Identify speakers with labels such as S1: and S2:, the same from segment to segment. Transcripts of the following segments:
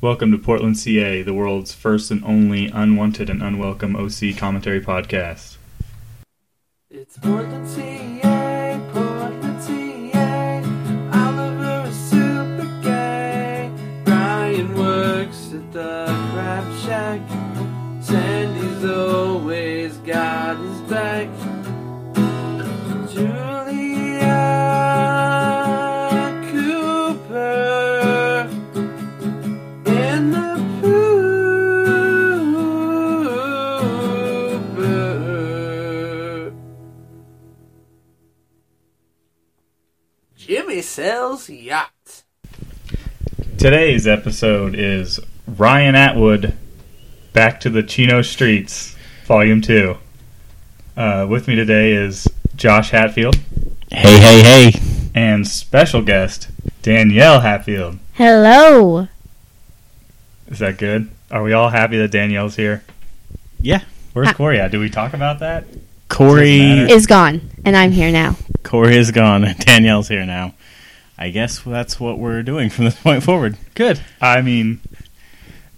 S1: Welcome to Portland, CA, the world's first and only unwanted and unwelcome OC commentary podcast.
S2: It's Portland, TA, Portland, TA. Oliver is super gay. Brian works at the crab shack. Sandy's always got his back. Julia Cooper in the pooper. Jimmy sells yachts.
S1: Today's episode is Ryan Atwood, Back to the Chino Streets, Volume 2. Uh, with me today is Josh Hatfield
S3: Hey, hey, hey.
S1: and special guest Danielle Hatfield.
S4: Hello.
S1: Is that good? Are we all happy that Danielle's here?
S3: Yeah.
S1: Where's Corey at? Did we talk about that? Doesn't
S3: Corey
S1: matter.
S4: Is gone, and I'm here now.
S3: Corey is gone. Danielle's here now. I guess that's what we're doing from this point forward. Good.
S1: I mean,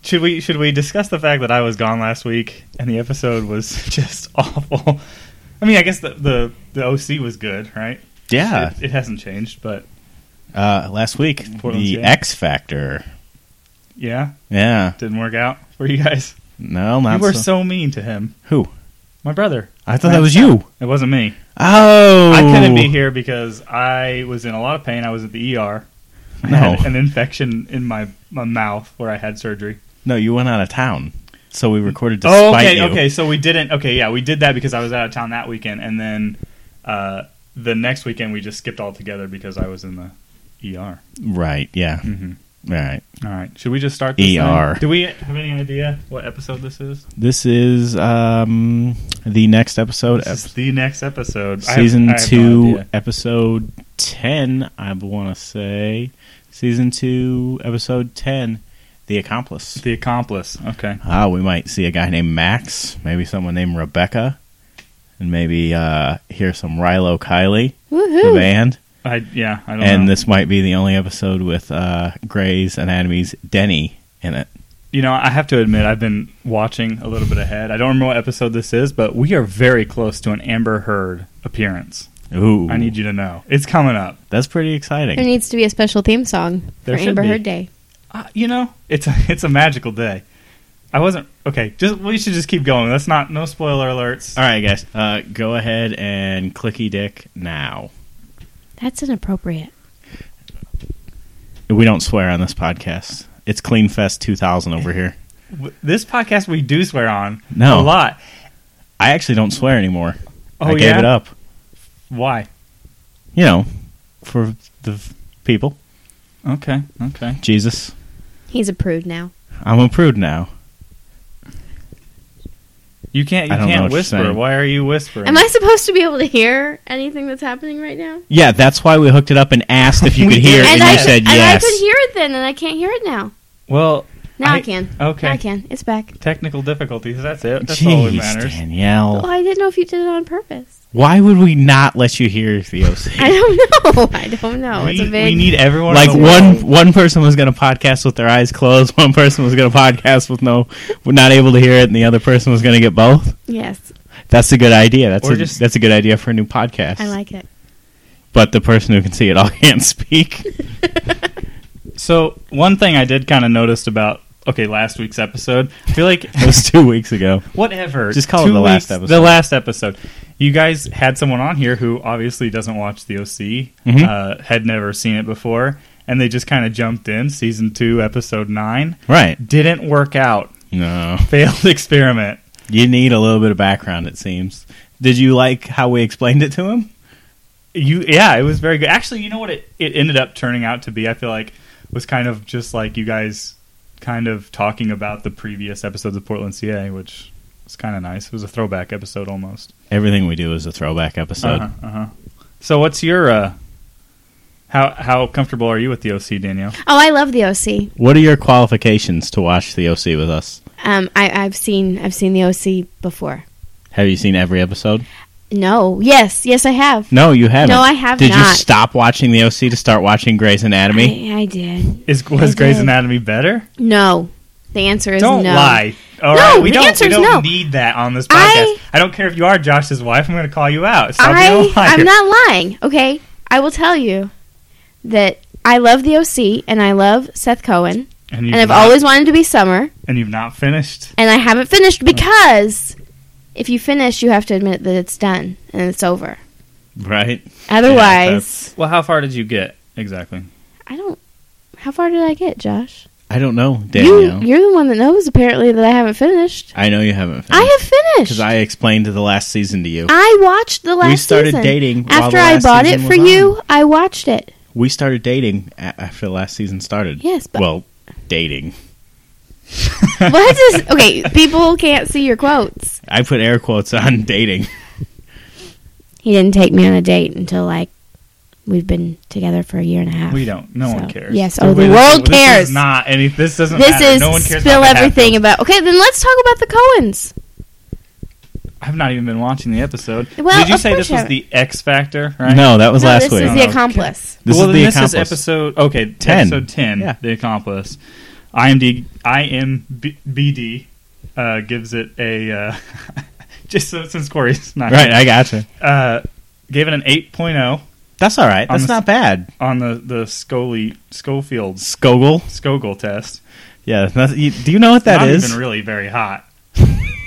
S1: should we should we discuss the fact that I was gone last week and the episode was just awful? I mean, I guess the the, the OC was good, right?
S3: Yeah.
S1: It, it hasn't changed, but
S3: Uh, last week,
S1: Portland's
S3: the
S1: game.
S3: X Factor.
S1: yeah,
S3: Yeah.
S1: didn't work out for you guys.
S3: No, not
S1: you were
S3: so-
S1: so mean to him.
S3: uh, Who?
S1: My brother.
S3: I thought that was you.
S1: It wasn't me.
S3: Oh.
S1: I couldn't be here because I was in a lot of pain. I was at the ER. I
S3: No.
S1: had an infection in my, my mouth where I had surgery.
S3: No, you went out of town. So we recorded despite
S1: Oh, okay,
S3: you.
S1: okay. So we didn't. Okay, yeah, we did that because I was out of town that weekend, and then uh, the next weekend we just skipped altogether because I was in the ER.
S3: Right. Yeah.
S1: Mhm.
S3: All right.
S1: All right. Should we just start? This thing?
S3: ER.
S1: Do we have any idea what episode this is?
S3: This is um, the next episode.
S1: This is the next episode, I have-
S3: season
S1: I have no
S3: two,
S1: idea.
S3: episode ten. I want to say season two, episode ten, the accomplice.
S1: the accomplice. Okay.
S3: Ah, we might see a guy named Max, maybe someone named Rebecca, and maybe uh, hear some Rilo Kiley, the
S4: Woohoo.
S3: band.
S1: I yeah. I don't
S3: And
S1: know.
S3: this might be the only episode with uh, Grey's Anatomy's Denny in it.
S1: you know, I have to admit, I've been watching a little bit ahead. I don't remember what episode this is, but we are very close to an Amber Heard appearance.
S3: Ooh,
S1: I need you to know it's coming up.
S3: That's pretty
S4: There
S3: exciting.
S4: needs to be a special theme song
S1: There
S4: for
S1: should
S4: Amber
S1: be.
S4: Heard Day.
S1: Uh, you know, it's a, it's a magical day. I wasn't okay. Just we should just keep going. Let's not no spoiler alerts.
S3: All right, guys, uh, go ahead and clicky dick now.
S4: That's inappropriate.
S3: We don't swear on this podcast. It's Clean Fest 2000 over here.
S1: W- This podcast we do swear on
S3: No.
S1: a lot.
S3: I actually don't swear anymore.
S1: Oh
S3: I gave
S1: yeah,
S3: it up.
S1: why?
S3: You know, for the f- people.
S1: Okay, okay.
S3: Jesus,
S4: He's a prude now.
S3: I'm a prude now.
S1: You can't you
S3: I don't know what
S1: can't
S3: you're
S1: whisper.
S3: saying.
S1: Why are you whispering?
S4: Am I supposed to be able to hear anything that's happening right now?
S3: Yeah, that's why we hooked it up and asked if you
S1: We
S3: could hear,
S1: did.
S3: it, and,
S4: I,
S3: you said
S4: and
S3: yes.
S4: I could hear it then, and I can't hear it now.
S1: well,
S4: Now I,
S1: I-
S4: can.
S1: okay.
S4: Now I can. It's back.
S1: technical difficulties. That's it. That's all that
S3: Jeez,
S1: matters.
S4: Well,
S3: Danielle,
S4: Oh, I didn't know if you did it on purpose.
S3: why would we not let you hear the
S4: I
S3: OC?
S4: don't know. I don't know.
S1: we,
S4: Oh, it's a
S1: we
S4: big.
S1: need everyone.
S3: Like
S1: in the world.
S3: one one person was going to podcast with their eyes closed, one person was going to podcast with no, not able to hear it, and the other person was going to get both.
S4: yes,
S3: That's a good idea. That's
S1: Or
S3: a,
S1: just-
S3: that's a good idea for a new podcast.
S4: I like it.
S3: but the person who can see it all can't speak.
S1: So one thing I did kind of noticed about okay last week's episode. I feel like
S3: It was two weeks ago.
S1: whatever.
S3: Just call it the last episode.
S1: The last episode. You guys had someone on here who obviously doesn't watch The OC,
S3: Mhm.
S1: uh, had never seen it before, and they just kind of jumped in. Season two, episode nine
S3: Right.
S1: didn't work out.
S3: No.
S1: Failed experiment.
S3: You need a little bit of background, it seems. Did you like how we explained it to him?
S1: You, yeah, it was very good. Actually, you know what? It it ended up turning out to be. I feel like was kind of just like you guys kind of talking about the previous episodes of Portland CA, which was kind of nice. It was a throwback episode almost.
S3: Everything we do is a throwback episode.
S1: Uh-huh, uh-huh. So what's your uh how how comfortable are you with the OC, Danielle?
S4: Oh, I love the OC.
S3: What are your qualifications to watch the OC with us?
S4: Um, I, I've seen I've seen the OC before.
S3: Have you seen every episode?
S4: No. Yes. Yes, I have.
S3: No, you haven't.
S4: No, I have
S3: Did you
S4: not.
S3: stop watching the OC to start watching Grey's Anatomy?
S4: I, I did.
S1: Is was
S4: I
S1: Grey's
S4: did.
S1: Anatomy better?
S4: No. The answer is
S1: Don't
S4: no.
S1: lie. All
S4: No,
S1: right, we
S4: the
S1: don't.
S4: answer
S1: we
S4: is
S1: don't
S4: no.
S1: need that on this podcast.
S4: I-
S1: I, don't care if you are Josh's wife. I'm going to call you out. Stop
S4: I
S1: being a liar.
S4: I'm not lying. Okay, I will tell you that I love the OC and I love Seth Cohen
S1: And you've
S4: and I've
S1: not,
S4: always wanted to be Summer
S1: and you've not finished.
S4: and I haven't finished because if you finish, you have to admit that it's done and it's over.
S3: Right.
S4: Otherwise,
S1: Well, how far did you get exactly?
S4: I don't. How far did I get, Josh?
S3: I don't know,
S4: You
S3: Danielle.
S4: you're the one that knows apparently that I haven't finished.
S3: I know you haven't finished.
S4: I have
S3: Because
S4: finished. I,
S3: I explained the last season to you.
S4: watched the last.
S3: we started
S4: season.
S3: dating while
S4: after
S3: the
S4: I
S3: last
S4: bought it
S3: season
S4: for
S3: was
S4: you.
S3: on.
S4: I watched it.
S3: We started dating a- after the last season started.
S4: Yes, but
S3: Well, dating.
S4: what is okay? People can't see your quotes.
S3: I put air quotes on dating.
S4: He didn't take me on a date until like we've been together for a year and a half.
S1: We don't. No one
S4: So,
S1: cares.
S4: yes,
S1: So
S4: oh, the
S1: wait, this is-
S4: world
S1: this is
S4: cares.
S1: not any. This doesn't.
S4: This
S1: matter.
S4: is
S1: no one cares
S4: spill
S1: about the
S4: everything
S1: Hatfields.
S4: about. Okay, then let's talk about the Cohens.
S1: I've not even been watching the episode.
S4: Well,
S1: Did you
S4: of
S1: say
S4: course
S1: this
S4: you
S1: was
S4: haven't.
S1: the X Factor? Right.
S3: No, that was
S4: no,
S3: last
S4: this
S1: Oh,
S3: week.
S4: is the accomplice.
S3: this
S1: well,
S3: is
S1: then
S3: the
S1: this
S3: accomplice.
S1: is episode okay,
S3: 10.
S1: episode ten,
S3: Yeah.
S1: the accomplice. IMD IMBD uh, gives it a uh, just so, since Corey's not
S3: Right, I gotcha.
S1: uh, gave it an 8.0
S3: That's all right. That's
S1: On the-
S3: not bad.
S1: on the the Scully Schofield's
S3: Skogel.
S1: Skogel test.
S3: Yeah. that's- you- do you know what that
S1: not
S3: is?
S1: even really very hot.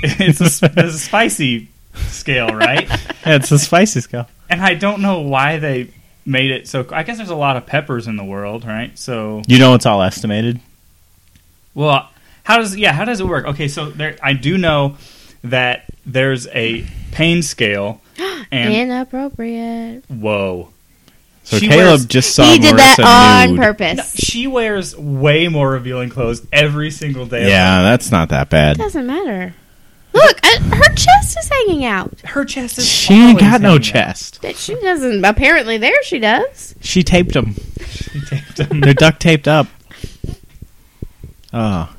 S1: it's, a, sp- it's a spicy scale, right?
S3: Yeah, it's a spicy scale.
S1: and I don't know why they made it so. I guess there's a lot of peppers in the world, right? So
S3: You know it's all estimated.
S1: Well, how does yeah? How does it work? Okay, so there I do know that there's a pain scale, and
S4: Inappropriate.
S1: whoa,
S3: So
S1: She
S3: Caleb
S1: wears-
S3: just saw
S4: he did that
S3: Marissa
S4: on
S3: nude.
S4: purpose.
S1: No, she wears way more revealing clothes every single day. of
S3: Yeah, that's not that
S4: it
S3: bad.
S4: doesn't matter. Look, I, her chest is hanging out.
S1: her- her chest is
S3: She ain't
S1: always
S3: got no
S1: hanging out.
S3: chest.
S4: That She doesn't. Apparently, there she does.
S3: She taped them.
S1: anyway,
S3: They're duct taped up. Oh.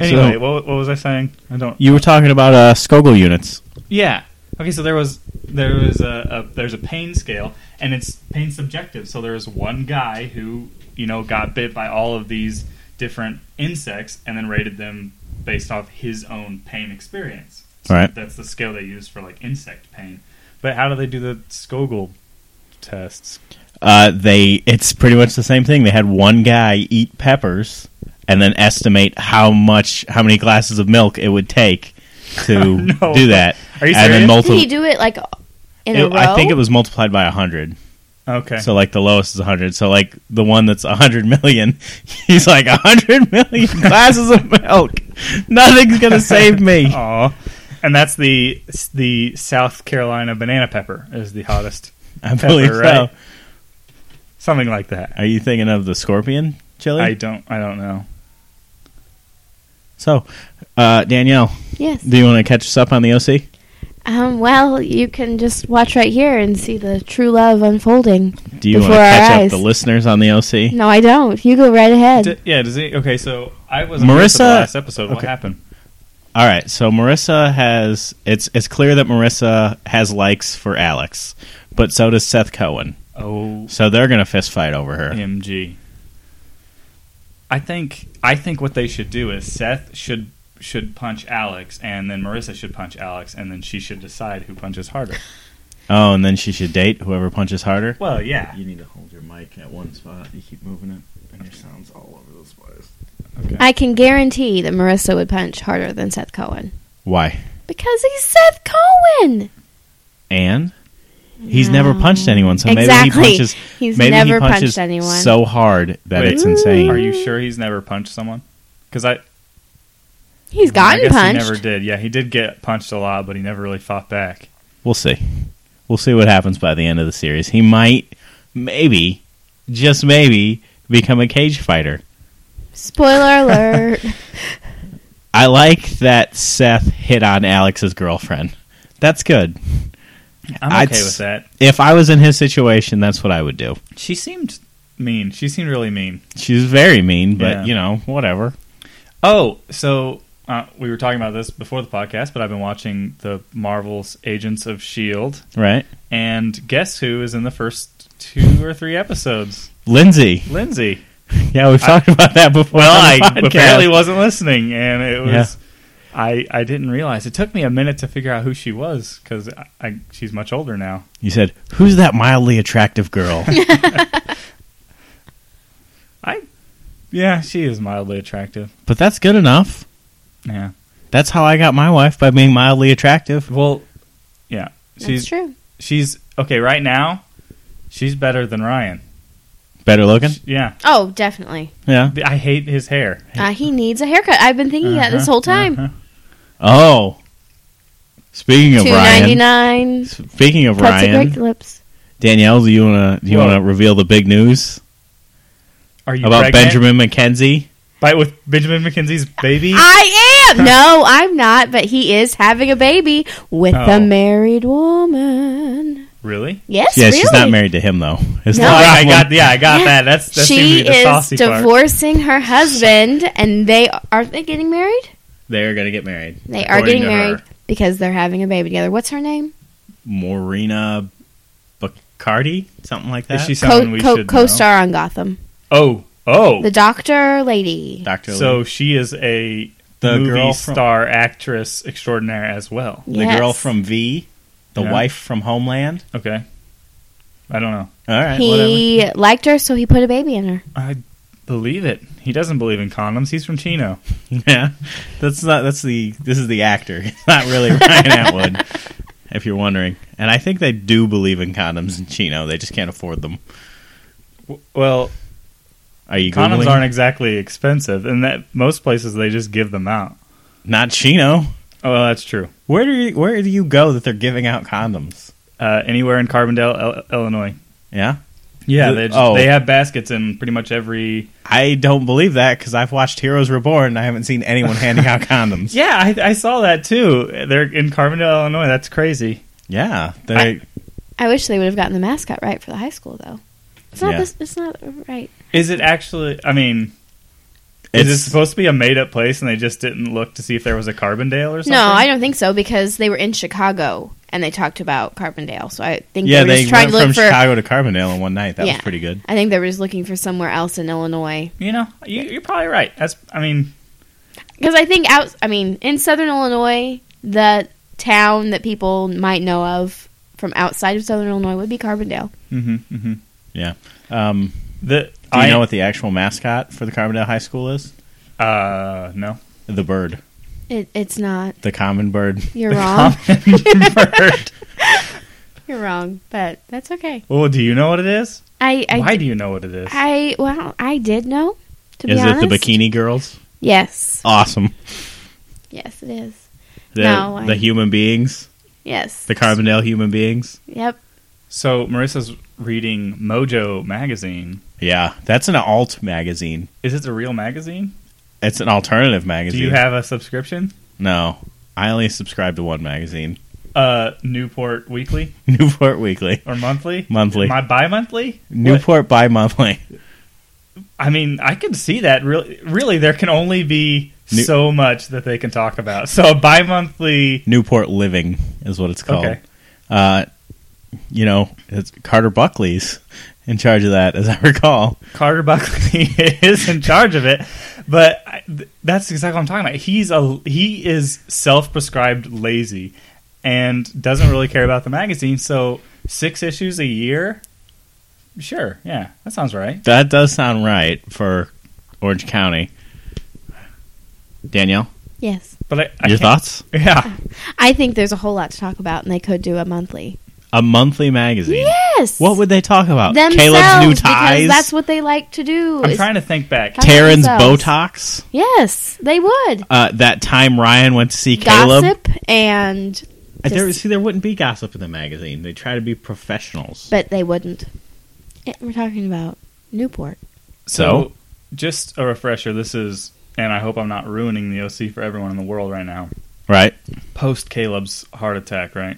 S3: So-
S1: what, what was I saying? I don't.
S3: You were talking about uh, Skogel units.
S1: Yeah. Okay, so there was there was a, a there's a pain scale, and it's pain subjective. So there was one guy who you know got bit by all of these different insects, and then rated them based off his own pain experience. So
S3: Right.
S1: That's the scale they use for like insect pain. But how do they do the Skogel tests?
S3: Uh, they it's pretty much the same thing. They had one guy eat peppers and then estimate how much how many glasses of milk it would take to
S1: No.
S3: do that.
S1: Are you
S3: and then
S1: serious?
S4: Did
S3: multi-
S4: he do it like in a
S3: it-
S4: row?
S3: I think it was multiplied by 100.
S1: Okay.
S3: So like the lowest is 100. So like the one that's 100 million, he's like 100 million glasses of milk. Nothing's going to save me.
S1: Aw. And that's the the South Carolina banana pepper is the hottest,
S3: I believe
S1: pepper,
S3: so.
S1: right? something like that.
S3: Are you thinking of the scorpion chili?
S1: I don't I don't know.
S3: so, uh, Danielle,
S4: Yes.
S3: do you want to catch us up on the OC?
S4: Um, well, you can just watch right here and see the true love unfolding.
S3: Do you want to
S4: Before our
S3: catch up
S4: eyes.
S3: the listeners on the OC?
S4: No, I don't. You go right ahead.
S1: D- yeah, does he? Okay, so I was
S3: Marissa-
S1: Marissa. The last episode, what
S3: okay.
S1: happened?
S3: All right, so Marissa has it's it's clear that Marissa has likes for Alex, but so does Seth Cohen.
S1: Oh,
S3: So they're gonna fist fight over her.
S1: mg. I think I think what they should do is Seth should should punch Alex, and then Marissa should punch Alex, and then she should decide who punches harder.
S3: Oh, and then she should date whoever punches harder.
S1: Well, yeah.
S5: You need to hold your mic at one spot. You keep moving it, and your sound's all over the place.
S4: I can guarantee that Marissa would punch harder than Seth Cohen
S3: Why?
S4: because he's Seth Cohen.
S3: And he's never
S4: No.
S3: punched anyone, so
S4: Exactly.
S3: maybe he punches.
S4: He's
S3: maybe
S4: never
S3: he punches
S4: punched anyone.
S3: so hard that
S1: Wait.
S3: it's insane.
S1: Are you sure he's never punched someone? Because I
S4: he's
S1: I
S4: gotten
S1: guess
S4: punched.
S1: He never did. Yeah, he did get punched a lot, but he never really fought back.
S3: We'll see. We'll see what happens by the end of the series. He might, maybe, just maybe, become a cage fighter.
S4: Spoiler alert.
S3: I like that Seth hit on Alex's girlfriend. That's good.
S1: I'm
S3: I'd
S1: okay
S3: s-
S1: with that.
S3: If I was in his situation, that's what I would do.
S1: She seemed mean. She seemed really mean.
S3: She's very mean, but
S1: Yeah.
S3: you know, whatever.
S1: Oh, so uh, we were talking about this before the podcast, but I've been watching the Marvel's Agents of Shield,
S3: Right,
S1: E and guess who is in the first two or three episodes?
S3: Lindsay.
S1: Lindsay.
S3: Yeah, we've talked about that before.
S1: Well, I
S3: on the podcast.
S1: apparently wasn't listening, and it was. I, I didn't realize it took me a minute to figure out who she was because I, I, she's much older now.
S3: You said, "Who's that mildly attractive girl?"
S1: Yeah, she is mildly attractive.
S3: but that's good enough.
S1: Yeah.
S3: That's how I got my wife by being mildly attractive.
S1: Well, yeah. She's
S4: That's true.
S1: she's okay right now. She's better than Ryan.
S3: Better looking.
S1: Yeah,
S4: Oh, definitely.
S3: Yeah.
S1: I hate his hair.
S4: Uh, he needs a haircut. I've been thinking that this
S1: Uh-huh,
S4: whole time.
S1: uh-huh.
S3: Oh. Speaking of
S4: Two ninety
S3: Ryan.
S4: nine.
S3: Speaking of
S4: Puts a
S3: Ryan,
S4: great lips.
S3: Danielle, do you wanna do you
S1: Whoa.
S3: wanna reveal the big news
S1: Are you
S3: about
S1: pregnant?
S3: Benjamin McKenzie?
S1: Fight with Benjamin McKenzie's baby.
S4: Ah. I am. No, I'm not. But he is having a baby with
S1: Oh.
S4: a married woman.
S1: really?
S4: Yes.
S3: yeah,
S4: really?
S3: she's not married to him though. It's
S4: No.
S3: the
S1: Oh, I
S3: problem.
S1: got. Yeah, I got
S4: Yeah.
S1: that. That's that seems to
S4: she
S1: be the
S4: is
S1: saucy part.
S4: divorcing her husband, and they aren't they getting married?
S3: They're gonna get married.
S4: They are
S1: According
S4: getting
S1: to
S4: married
S1: her.
S4: because they're having a baby together. What's her name?
S3: Morena Bacardi? Something like that.
S1: Is she someone
S4: Co-
S1: we
S4: co-
S1: should
S4: co-star on Gotham,
S1: Know? Oh, oh.
S4: the doctor lady.
S3: Doctor
S1: so she is a
S3: The
S1: movie
S3: girl from-
S1: star actress extraordinaire as well.
S3: the
S4: Yes.
S3: girl from V, the
S1: Yeah.
S3: wife from Homeland.
S1: Okay. I don't know.
S3: All right, whatever.
S4: He liked her, so he put a baby in her.
S1: I believe it. He doesn't believe in condoms. He's from Chino.
S3: Yeah, that's not. That's the. This is the actor. It's not really Ryan Atwood, if you're wondering. And I think they do believe in condoms in Chino. They just can't afford them.
S1: W- Well,
S3: Are you
S1: condoms
S3: Googling?
S1: aren't exactly expensive, and that most places they just give them out.
S3: not Chino.
S1: Oh, well, that's true.
S3: Where do you Where do you go that they're giving out condoms?
S1: Uh, anywhere in Carbondale, El- Illinois.
S3: Yeah,
S1: Yeah,
S3: The-
S1: they, just,
S3: oh.
S1: they have baskets in pretty much every.
S3: I don't believe that because I've watched Heroes Reborn and I haven't seen anyone handing out condoms.
S1: Yeah, I, I saw that too. They're in Carbondale, Illinois. That's crazy.
S3: Yeah, they.
S4: I wish they would have gotten the mascot right for the high school, though. It's not
S3: Yeah.
S4: this. It's not right.
S1: Is it actually? I mean,
S3: It's,
S1: is it supposed to be a made up place and they just didn't look to see if there was a Carbondale or something?
S4: No, I don't think so because they were in Chicago and they talked about Carbondale. So I think
S3: yeah,
S4: they were
S3: they
S4: just
S3: went
S4: trying to
S3: from
S4: look for.
S3: Chicago to Carbondale in one night. That
S4: Yeah.
S3: was pretty good.
S4: I think they were just looking for somewhere else in Illinois
S1: You know, you, you're probably right. That's. I mean,
S4: because I think out. I mean, in Southern Illinois, the town that people might know of from outside of Southern Illinois would be Carbondale.
S1: mhm, mhm.
S3: Um,
S1: the. Do
S3: do you
S1: I,
S3: know what the actual mascot for the Carbondale High School is?
S1: Uh, no.
S3: The bird.
S4: It, it's not.
S3: The common bird.
S4: You're wrong.
S1: Bird.
S4: You're wrong, but that's okay.
S1: Well, do you know what it is?
S4: I I
S1: Why do you know what it is?
S4: I well, I did know. To
S3: Is
S4: be honest,
S3: it the Bikini Oh. Girls?
S4: Yes,
S3: Awesome.
S4: yes, it is.
S3: The,
S4: No, I-
S3: the human beings,
S4: Yes,
S3: the Carbondale human beings.
S4: Yep.
S1: So Marissa's reading Mojo magazine.
S3: Yeah, that's an alt magazine.
S1: Is it the real magazine?
S3: It's an alternative magazine.
S1: Do you have a subscription?
S3: No, I only subscribe to one magazine,
S1: Uh, Newport Weekly
S3: Newport Weekly,
S1: or monthly?
S3: monthly,
S1: My bi-monthly?
S3: Newport bi-monthly.
S1: I mean, I could see that. Really, really, there can only be
S3: New-
S1: so much that they can talk about. So a bi-monthly.
S3: Newport Living is what it's called.
S1: Okay.
S3: Uh, you know, it's Carter Buckley's in charge of that, as I recall.
S1: Carter Buckley is in charge of it, but I, th- that's exactly what I'm talking about. He's a he is self-prescribed lazy and doesn't really care about the magazine. So six issues a year, sure, yeah, that sounds right.
S3: That does sound right for Orange County. Danielle,
S4: Yes.
S1: But I, I
S3: your
S1: can't-
S3: thoughts?
S1: Yeah,
S4: I think there's a whole lot to talk about, and they could do a monthly.
S3: A monthly magazine.
S4: Yes.
S3: What would they talk about?
S4: themselves?
S3: Caleb's new
S4: because
S3: ties.
S4: That's what they like to do.
S1: I'm
S4: is-
S1: trying to think back.
S4: Talk about
S3: Taryn's
S4: themselves.
S3: Botox.
S4: Yes, they would.
S3: Uh, that time Ryan went to see Caleb.
S4: Gossip and
S3: Uh, There,
S4: just-
S3: see, there wouldn't be gossip in the magazine. They try to be professionals.
S4: but they wouldn't. Eh, We're talking about Newport.
S1: So, just a refresher. This is, and I hope I'm not ruining the OC for everyone in the world right now.
S3: right?
S1: Post Caleb's heart attack, right?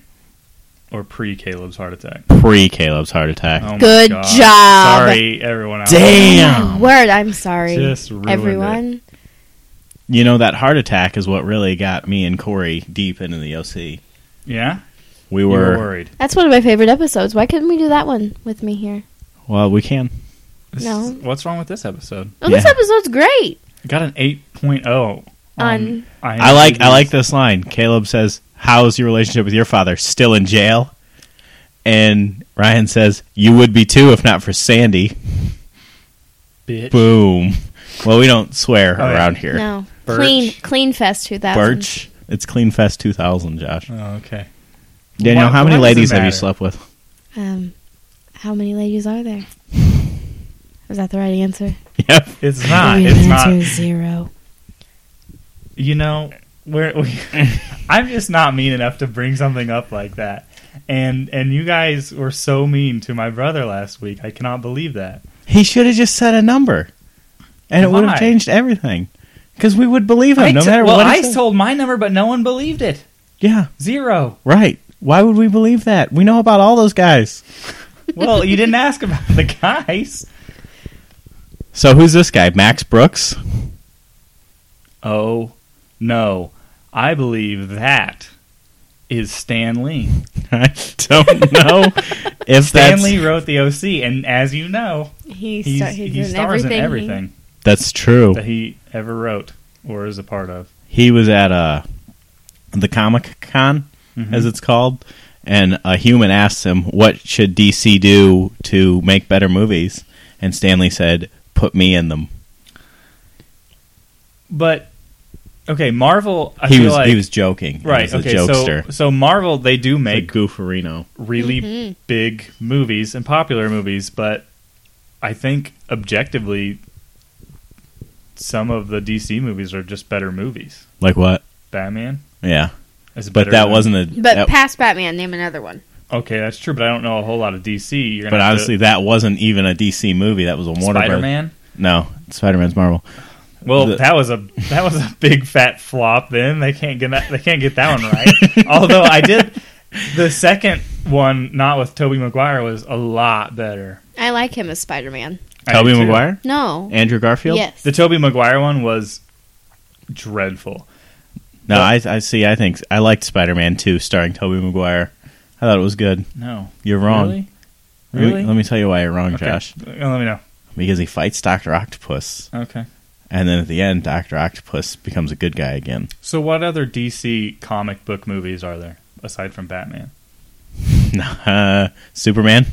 S1: Or pre Caleb's heart attack.
S3: Pre Caleb's heart attack.
S1: Oh my
S4: Good
S1: God.
S4: job.
S1: Sorry, everyone. Out there.
S3: Damn.
S4: Word, I'm sorry.
S1: Just ruined it.
S4: Everyone.
S3: you know that heart attack is what really got me and Corey deep into the OC.
S1: Yeah,
S3: We
S1: you
S3: were,
S1: were worried.
S4: That's one of my favorite episodes. Why couldn't we do that one with me here?
S3: well, we can.
S1: This
S4: No.
S1: is- what's wrong with this episode?
S4: Oh, this
S3: Yeah.
S4: episode's great.
S1: It got an oh. 8.0
S4: On-
S3: I like I like this line. Caleb says, "How's your relationship with your father? Still in jail?" And Ryan says, "You would be too if not for Sandy."
S1: bitch.
S3: Boom. Well, we don't swear
S1: Oh, yeah.
S3: around here.
S4: No,
S1: Birch.
S4: clean, clean fest 2000.
S3: Birch. It's Clean Fest 2000, Josh.
S1: Oh, okay.
S3: Daniel,
S1: Why-
S3: how
S1: why
S3: many
S1: does it
S3: ladies have you
S1: matter?
S3: slept with?
S4: Um, how many ladies are there? Was that the right answer?
S3: Yep.
S1: It's not.
S4: The right
S1: It's
S4: answer
S1: not.
S4: is zero.
S1: You know, where we, I'm just not mean enough to bring something up like that. And and you guys were so mean to my brother last week. I cannot believe that.
S3: He should have just said a number, and it would
S1: Why?
S3: have changed everything. Because we would believe him
S1: I
S3: no
S1: t-
S3: matter
S1: well,
S3: what. he
S1: I
S3: said.
S1: told my number, but no one believed it.
S3: yeah,
S1: Zero.
S3: right. Why would we believe that? We know about all those guys.
S1: Well, you didn't ask about the guys.
S3: So who's this guy? Max Brooks.
S1: Oh no, I believe that is Stan Lee.
S3: I don't know if
S1: Stan
S3: that's
S1: Lee wrote the OC, and as you know,
S4: He,
S1: he's,
S4: star- he's
S1: he
S4: in
S1: stars
S4: everything.
S1: in everything
S3: that's true.
S1: that he ever wrote or is a part of.
S3: He was at uh, the Comic Con,
S1: Mm-hmm.
S3: as it's called, and a human asked him, "What should DC do to make better movies?" And Stanley said, "Put me in them."
S1: But okay, Marvel. I
S3: he
S1: feel
S3: was
S1: like,
S3: he was joking. He
S1: right.
S3: was a
S1: Okay,
S3: jokester.
S1: so so Marvel they do
S3: like
S1: make
S3: Gooferino.
S1: really
S4: Mhm.
S1: big movies and popular movies, but I think objectively, some of the DC movies are just better movies.
S3: Like what?
S1: Batman
S3: Yeah,
S1: is
S3: but
S1: better
S3: that
S1: than-
S3: wasn't a.
S4: But
S3: that-
S4: past Batman, name another one.
S1: okay. That's true, but I don't know a whole lot of DC. You're gonna
S3: but
S1: have
S3: honestly, that wasn't even a DC movie. That was a
S1: to,
S3: Warner
S1: Spider
S3: Brothers.
S1: Man.
S3: No, Spider Man's Marvel.
S1: Well,
S3: The-
S1: that was a that was a big fat flop. Then they can't get that, they can't get that one right. Although I did the second one, not with Toby Maguire, was a lot better.
S4: I like him as Spider Man.
S1: I
S3: Tobey
S1: do, too.
S3: Maguire,
S4: No.
S3: Andrew Garfield.
S4: Yes.
S1: The Toby Maguire one was dreadful.
S3: No, I, I see. I think I liked Spider Man 2 starring Tobey Maguire. I thought it was good.
S1: No,
S3: You're wrong.
S1: Really?
S3: Let me-
S1: Really?
S3: Let, me, tell you why you're wrong,
S1: Okay.
S3: Josh.
S1: Uh, Let me know.
S3: Because he fights Doctor Octopus,
S1: Okay.
S3: and then at the end, Doctor Octopus becomes a good guy again.
S1: So, what other DC comic book movies are there aside from Batman?
S3: uh, Superman.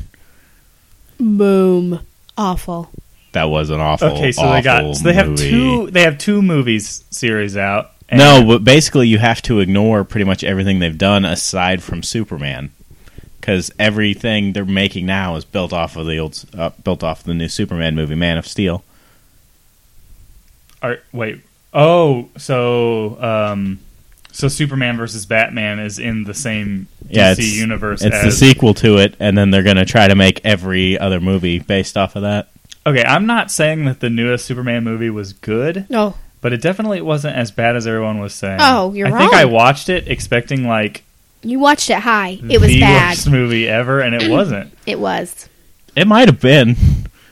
S4: Boom. Awful.
S3: That was an awful.
S1: Okay, so they
S3: awful
S1: got so they have
S3: movie.
S1: two they have two movies series out. and-
S3: No, but basically you have to ignore pretty much everything they've done aside from Superman, because everything they're making now is built off of the old, uh, built off the new Superman movie, Man of Steel.
S1: Are, wait. Oh, so um, so Superman versus Batman is in the same DC
S3: Yeah, it's-
S1: universe.
S3: It's the
S1: as,
S3: sequel to it, and then they're going to try to make every other movie based off of that.
S1: okay, I'm not saying that the newest Superman movie was good,
S4: No.
S1: but it definitely wasn't as bad as everyone was saying.
S4: Oh, you're
S1: I think I
S4: wrong.
S1: watched it expecting like
S4: You watched it high. It was
S1: the
S4: bad.
S1: worst movie ever, and it wasn't.
S4: It was.
S3: It might have been.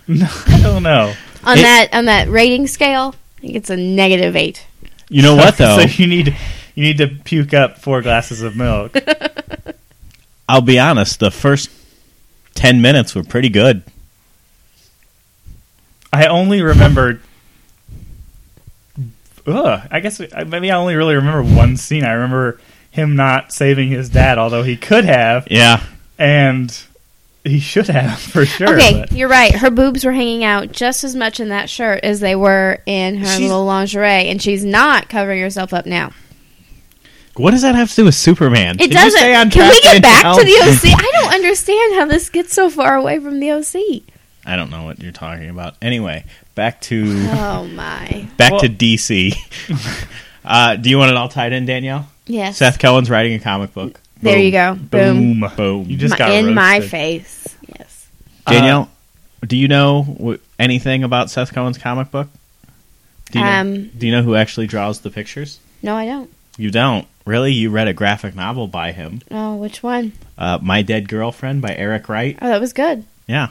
S1: No, I don't know.
S4: On
S3: It-
S4: that on that rating scale, I think it's a negative eight.
S3: You know what though?
S1: so you need you need to puke up four glasses of milk.
S3: I'll be honest. The first ten minutes were pretty good.
S1: I only remember. Ugh, I guess I- maybe I only really remember one scene. I remember him not saving his dad, although he could have,
S3: Yeah,
S1: and he should have for sure.
S4: okay,
S1: but-
S4: you're right. Her boobs were hanging out just as much in that shirt as they were in her
S1: She's-
S4: little lingerie, and she's not covering herself up now.
S3: what does that have to do with Superman?
S4: It
S3: Can you
S4: doesn't.
S3: stay on
S4: Can
S3: track,
S4: we get back
S3: Danielle?
S4: to the OC? I don't understand how this gets so far away from the OC.
S3: I don't know what you're talking about. Anyway, back to
S4: Oh my.
S3: back
S1: Well-
S3: to DC. uh, do you want it all tied in, Danielle?
S4: Yes.
S3: Seth Cohen's writing a comic book.
S4: there you
S3: Boom.
S4: go. Boom.
S1: Boom.
S3: Boom.
S1: You just
S4: My-
S1: got
S4: in
S1: roasted.
S4: my face. Yes.
S3: Danielle, do you know wh- anything about Seth Cohen's comic book? Do you, know,
S4: Um.
S3: do you know who actually draws the pictures?
S4: No, I don't.
S3: You don't. Really? You read a graphic novel by him,
S4: Oh, which one?
S3: uh, My Dead Girlfriend by Eric Wright.
S4: Oh, that was good.
S3: Yeah.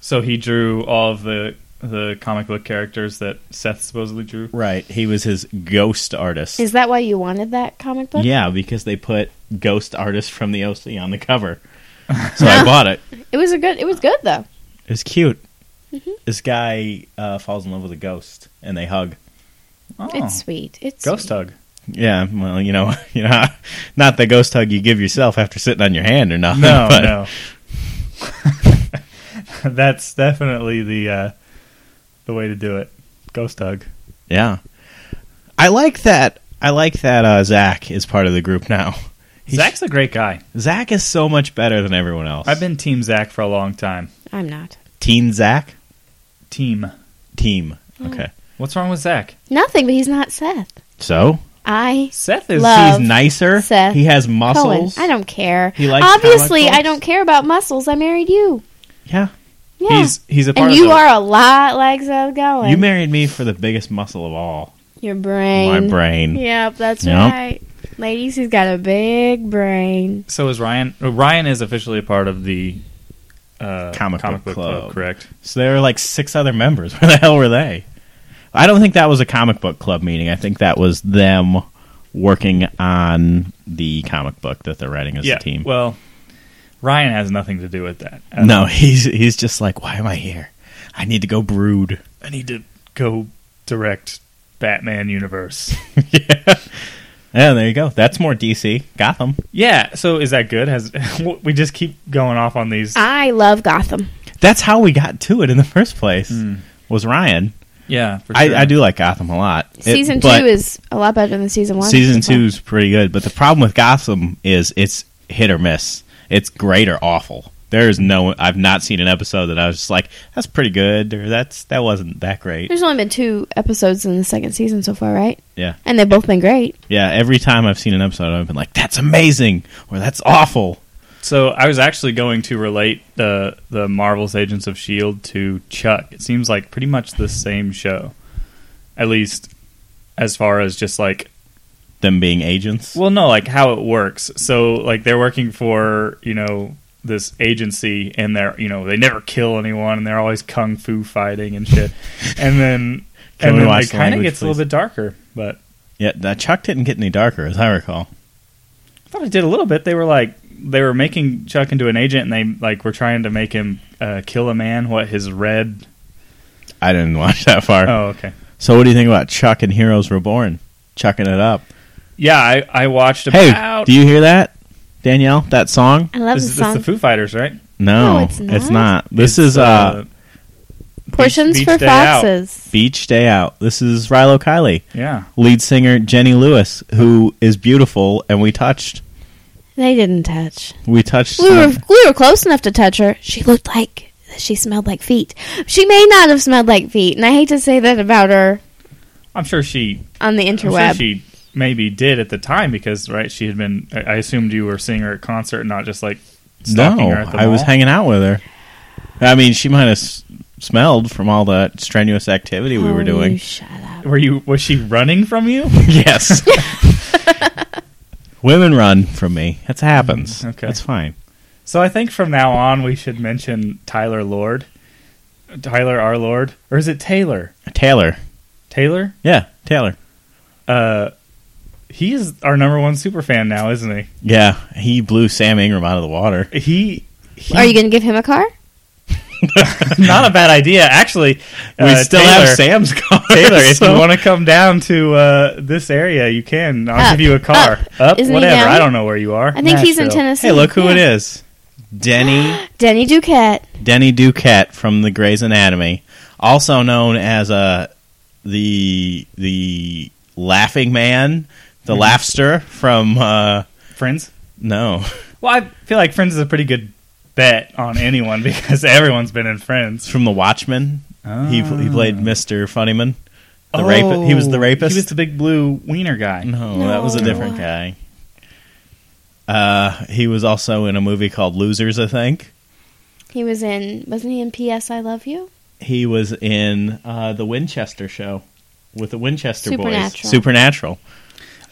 S1: So he drew all of the the comic book characters that Seth supposedly drew.
S3: Right. He was his ghost artist.
S4: Is that why you wanted that comic book?
S3: yeah, because they put ghost artist from the OC on the cover. So I bought it.
S4: It was a good. It was good though.
S3: It's cute.
S4: Mm-hmm.
S3: This guy uh, falls in love with a ghost and they hug.
S1: Oh,
S4: It's sweet. It's
S1: Ghost
S4: sweet.
S1: Hug.
S3: Yeah, well, you know, you know, not the ghost hug you give yourself after sitting on your hand or nothing.
S1: No,
S3: but-
S1: no. That's definitely the uh, the way to do it. Ghost Hug.
S3: Yeah, I like that. I like that uh, Zach is part of the group now. He's-
S1: Zach's a great guy.
S3: Zach is so much better than everyone else.
S1: I've been Team Zach for a long time.
S4: I'm not.
S3: teen Zach
S1: Team.
S3: team.
S1: Mm-hmm.
S3: Okay,
S1: What's wrong with Zach?
S4: Nothing, but he's not Seth.
S3: so
S4: I
S1: Seth is
S4: Love.
S3: he's nicer.
S4: Seth
S3: he has
S4: Cohen.
S3: muscles.
S4: I don't care.
S3: He likes
S4: Obviously,
S3: comic
S4: I
S3: books.
S4: don't care about muscles. I married you.
S3: Yeah,
S4: Yeah.
S1: he's he's a part
S4: and
S1: of
S4: you
S1: the-
S4: are a lot like Seth Cohen.
S3: you married me for the biggest muscle of all,
S4: Your brain.
S3: my brain.
S4: Yep, that's
S3: Yep.
S4: right. Ladies, he's got a big brain.
S1: So is Ryan. uh, Ryan is officially a part of the uh,
S3: Comic Book Club.
S1: correct?
S3: So there were like six other members. Where the hell were they? I don't think that was a comic book club meeting. I think that was them working on the comic book that they're writing as
S1: yeah.
S3: a team.
S1: Well, Ryan has nothing to do with that. at
S3: no,
S1: all.
S3: he's he's just like, why am I here? I need to go brood.
S1: I need to go direct Batman universe.
S3: yeah. Yeah, there you go. That's more DC Gotham.
S1: yeah. So is that good? Has we just keep going off on these?
S4: I love Gotham.
S3: That's how we got to it in the first place.
S1: Hmm.
S3: Was Ryan?
S1: yeah, for
S3: I, I do like Gotham a lot. It-
S4: Season two
S3: but-
S4: is a lot better than season one.
S3: Season two's pretty good, but the problem with Gotham is it's hit or miss. It's great or awful. There is no. I've not seen an episode that I was just like, "That's pretty good," or "That's that wasn't that great."
S4: There's only been two episodes in the second season so far, right?
S3: Yeah,
S4: And they've both been great.
S3: yeah. Every time I've seen an episode, I've been like, "That's amazing," or "That's awful."
S1: So I was actually going to relate the the Marvel's Agents of Shield E to Chuck. It seems like pretty much the same show, at least as far as just like
S3: Them being agents.
S1: well, no, like how it works. So like they're working for you know this agency, and they're you know they never kill anyone, and they're always kung fu fighting and shit. and then
S3: Can
S1: and
S3: we
S1: then
S3: watch
S1: it
S3: the
S1: kind of
S3: language,
S1: gets a little
S3: please?
S1: bit darker, but
S3: yeah, that Chuck didn't get any darker, as I recall.
S1: I thought it did a little bit. They were like they were making Chuck into an agent, and they like were trying to make him uh, kill a man. What his red
S3: I didn't watch that far.
S1: Oh, okay.
S3: So, what do you think about Chuck and Heroes Reborn? Chucking it up.
S1: Yeah, I, I watched
S3: Hey,
S1: about.
S3: do you hear that, Danielle? That song?
S4: I love
S1: this, is-
S4: the
S1: this is
S4: song.
S1: the Foo Fighters, right?
S3: No,
S4: No, it's
S3: It's
S4: not.
S3: not. This
S1: It's,
S3: is uh,
S4: Portions
S1: Beach- Beach
S4: for
S1: Day Out.
S4: Foxes.
S3: Beach Day Out. This is Rilo Kiley,
S1: yeah.
S3: lead singer Jenny Lewis, who is beautiful, and we touched.
S4: They didn't touch.
S3: We touched.
S4: We were we were close enough to touch her. She looked like she smelled like feet. She may not have smelled like feet, and I hate to say that about her
S1: I'm sure she.
S4: on the
S1: I'm
S4: interweb.
S1: sure she maybe did at the time because right, she had been. I I assumed you were seeing her at concert, not just like stalking
S3: no,
S1: her at the
S3: I was
S1: mall.
S3: hanging out with her. I mean, she might have s- smelled from all the strenuous activity we
S4: Oh,
S3: were
S4: you
S3: doing.
S4: shut up.
S1: Were you? Was she running from you?
S3: yes. Women run from me. That happens.
S1: Mm, okay.
S3: That's fine.
S1: So I think from now on we should mention Tyler Lord, Tyler our Lord, or is it Taylor?
S3: Taylor.
S1: Taylor.
S3: Yeah, Taylor.
S1: Uh, he is our number one super fan now, isn't
S3: Yeah, he blew Sam Ingram out of the water.
S1: he? He. he
S4: Are you going to give him a car?
S1: not a bad idea, actually.
S3: we
S1: uh,
S3: still
S1: Taylor-
S3: have Sam's car.
S1: Taylor, if
S3: so-
S1: you want to come down to uh, this area, you can. I'll
S4: Up,
S1: give you a car.
S4: up.
S1: Up,
S4: Isn't he
S1: whatever.
S4: down?
S1: I don't know where you are.
S4: I think he's in
S1: Nashville.
S4: Tennessee.
S3: Hey, look who
S4: Yeah.
S3: it is. Denny
S4: Denny Duquette.
S3: Denny Duquette from the Grey's Anatomy, also known as uh, the the laughing man, the
S4: Mm-hmm.
S3: laughster from uh,
S1: Friends.
S3: no.
S1: Well, I feel like Friends is a pretty good bet on anyone because everyone's been in
S3: It's
S1: Friends.
S3: from The Watchmen. He pl- he
S4: Oh.
S3: played Mr. Funnyman. The rapi- he was the
S1: Oh,
S3: rapist.
S1: He was the big blue wiener guy.
S3: no, that was a
S4: No.
S3: different guy. Uh, he was also in a movie called Losers, I think.
S4: He was in, wasn't he in P.S. I Love You?
S3: he was in uh, the Winchester show with the Winchester boys.
S4: Supernatural.
S3: Supernatural.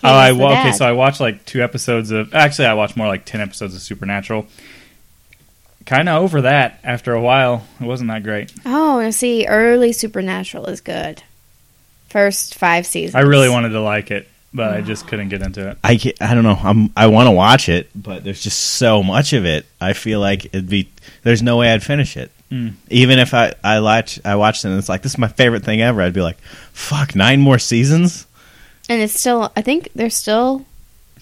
S1: Oh, I
S4: was the
S1: wa- okay.
S4: dad.
S1: So I watched like two episodes of. Actually, I watched more like ten episodes of Supernatural. kind of over that after a while. It wasn't that great.
S4: Oh, and see, early Supernatural is good. First five seasons.
S1: I really wanted to like it, but I just couldn't get into it.
S3: I, ca- I don't know. I'm, I want to watch it, but there's just so much of it. I feel like it'd be there's no way I'd finish it.
S1: Mm.
S3: Even if I I watch I watched it and it's like this is my favorite thing ever. I'd be like, fuck, nine more seasons.
S4: And it's still. I think they're still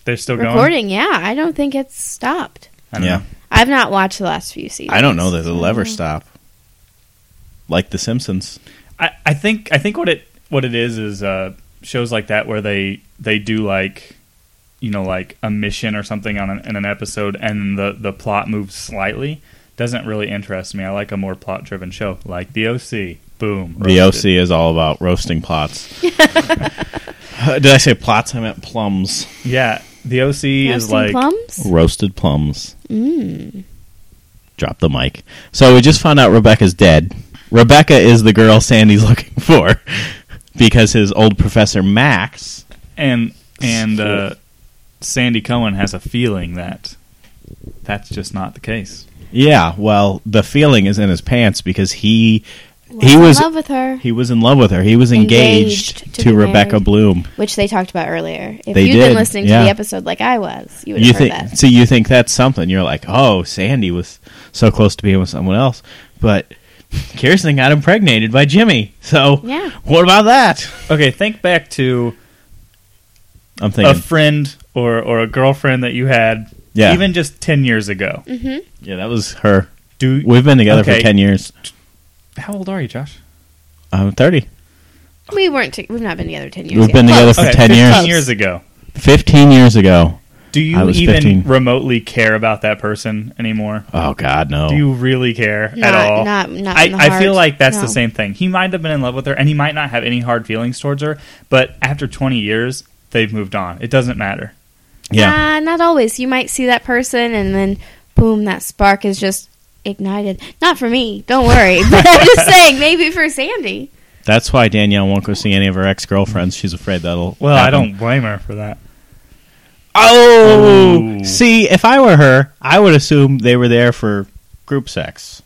S1: They're still going.
S4: recording. Yeah, I don't think it's stopped.
S1: I don't
S3: Yeah.
S1: know.
S4: I've not watched the last few seasons.
S3: I don't know that it'll ever stop. Like The Simpsons.
S1: I, I think I think what it what it is is uh, shows like that where they they do like you know like a mission or something on an, in an episode and the the plot moves slightly doesn't really interest me. I like a more plot driven show like The OC. Boom.
S3: The OC
S1: roasted.
S3: is all about roasting plots. Did I say plots? I meant plums.
S1: Yeah, The OC is
S4: Roasting
S1: like
S4: plums.
S3: Roasted plums.
S4: Mm.
S3: Drop the mic. So we just found out Rebecca's dead. Rebecca is the girl Sandy's looking for because his old professor Max.
S1: and and uh, Sandy Cohen has a feeling that that's just not the case.
S3: Yeah, well, the feeling is in his pants because he
S4: Was
S3: he was
S4: in love with her,
S3: he was in love with her. He was engaged,
S4: Engaged
S3: to,
S4: to be
S3: Rebecca
S4: married.
S3: Bloom.
S4: which they talked about earlier. If
S3: They
S4: you've
S3: did,
S4: been listening
S3: yeah.
S4: to the episode like I was, you would
S3: you
S4: have heard
S3: think
S4: that.
S3: so you think that's something you're like oh sandy was so close to being with someone else but kirsten got impregnated by jimmy so
S4: Yeah.
S3: what about that
S1: Okay, think back to
S3: i'm thinking
S1: a friend or or a girlfriend that you had
S3: yeah
S1: even just 10 years ago.
S4: Mm-hmm.
S3: yeah that was her
S1: Do
S3: we've been together for
S1: Okay.
S3: 10 years
S1: How old are you, Josh?
S3: i'm 30
S4: We weren't. T- we've not been together ten years.
S3: We've
S4: yet.
S3: been together
S4: Close.
S3: for 10 years.
S1: Fifteen years ago.
S3: 15 years ago
S1: Do
S3: I
S1: you
S3: was
S1: even
S3: 15.
S1: remotely care about that person anymore?
S3: oh god no
S1: Do you really care at
S4: Not,
S1: all?
S4: not, not in the
S1: I, I
S4: heart.
S1: feel like that's
S4: No.
S1: the same thing. He might have been in love with her, and he might not have any hard feelings towards her. But after twenty years, they've moved on. It doesn't matter.
S3: yeah
S4: Nah, not always. You might see that person, and then boom, that spark is just ignited. Not for me. Don't worry. but I'm just saying, maybe for Sandy.
S3: that's why danielle won't go see any of her ex-girlfriends she's afraid that'll
S1: Well, I
S3: happen.
S1: don't blame her for that.
S3: oh
S1: Oh.
S3: see if i were her i would assume they were there for group sex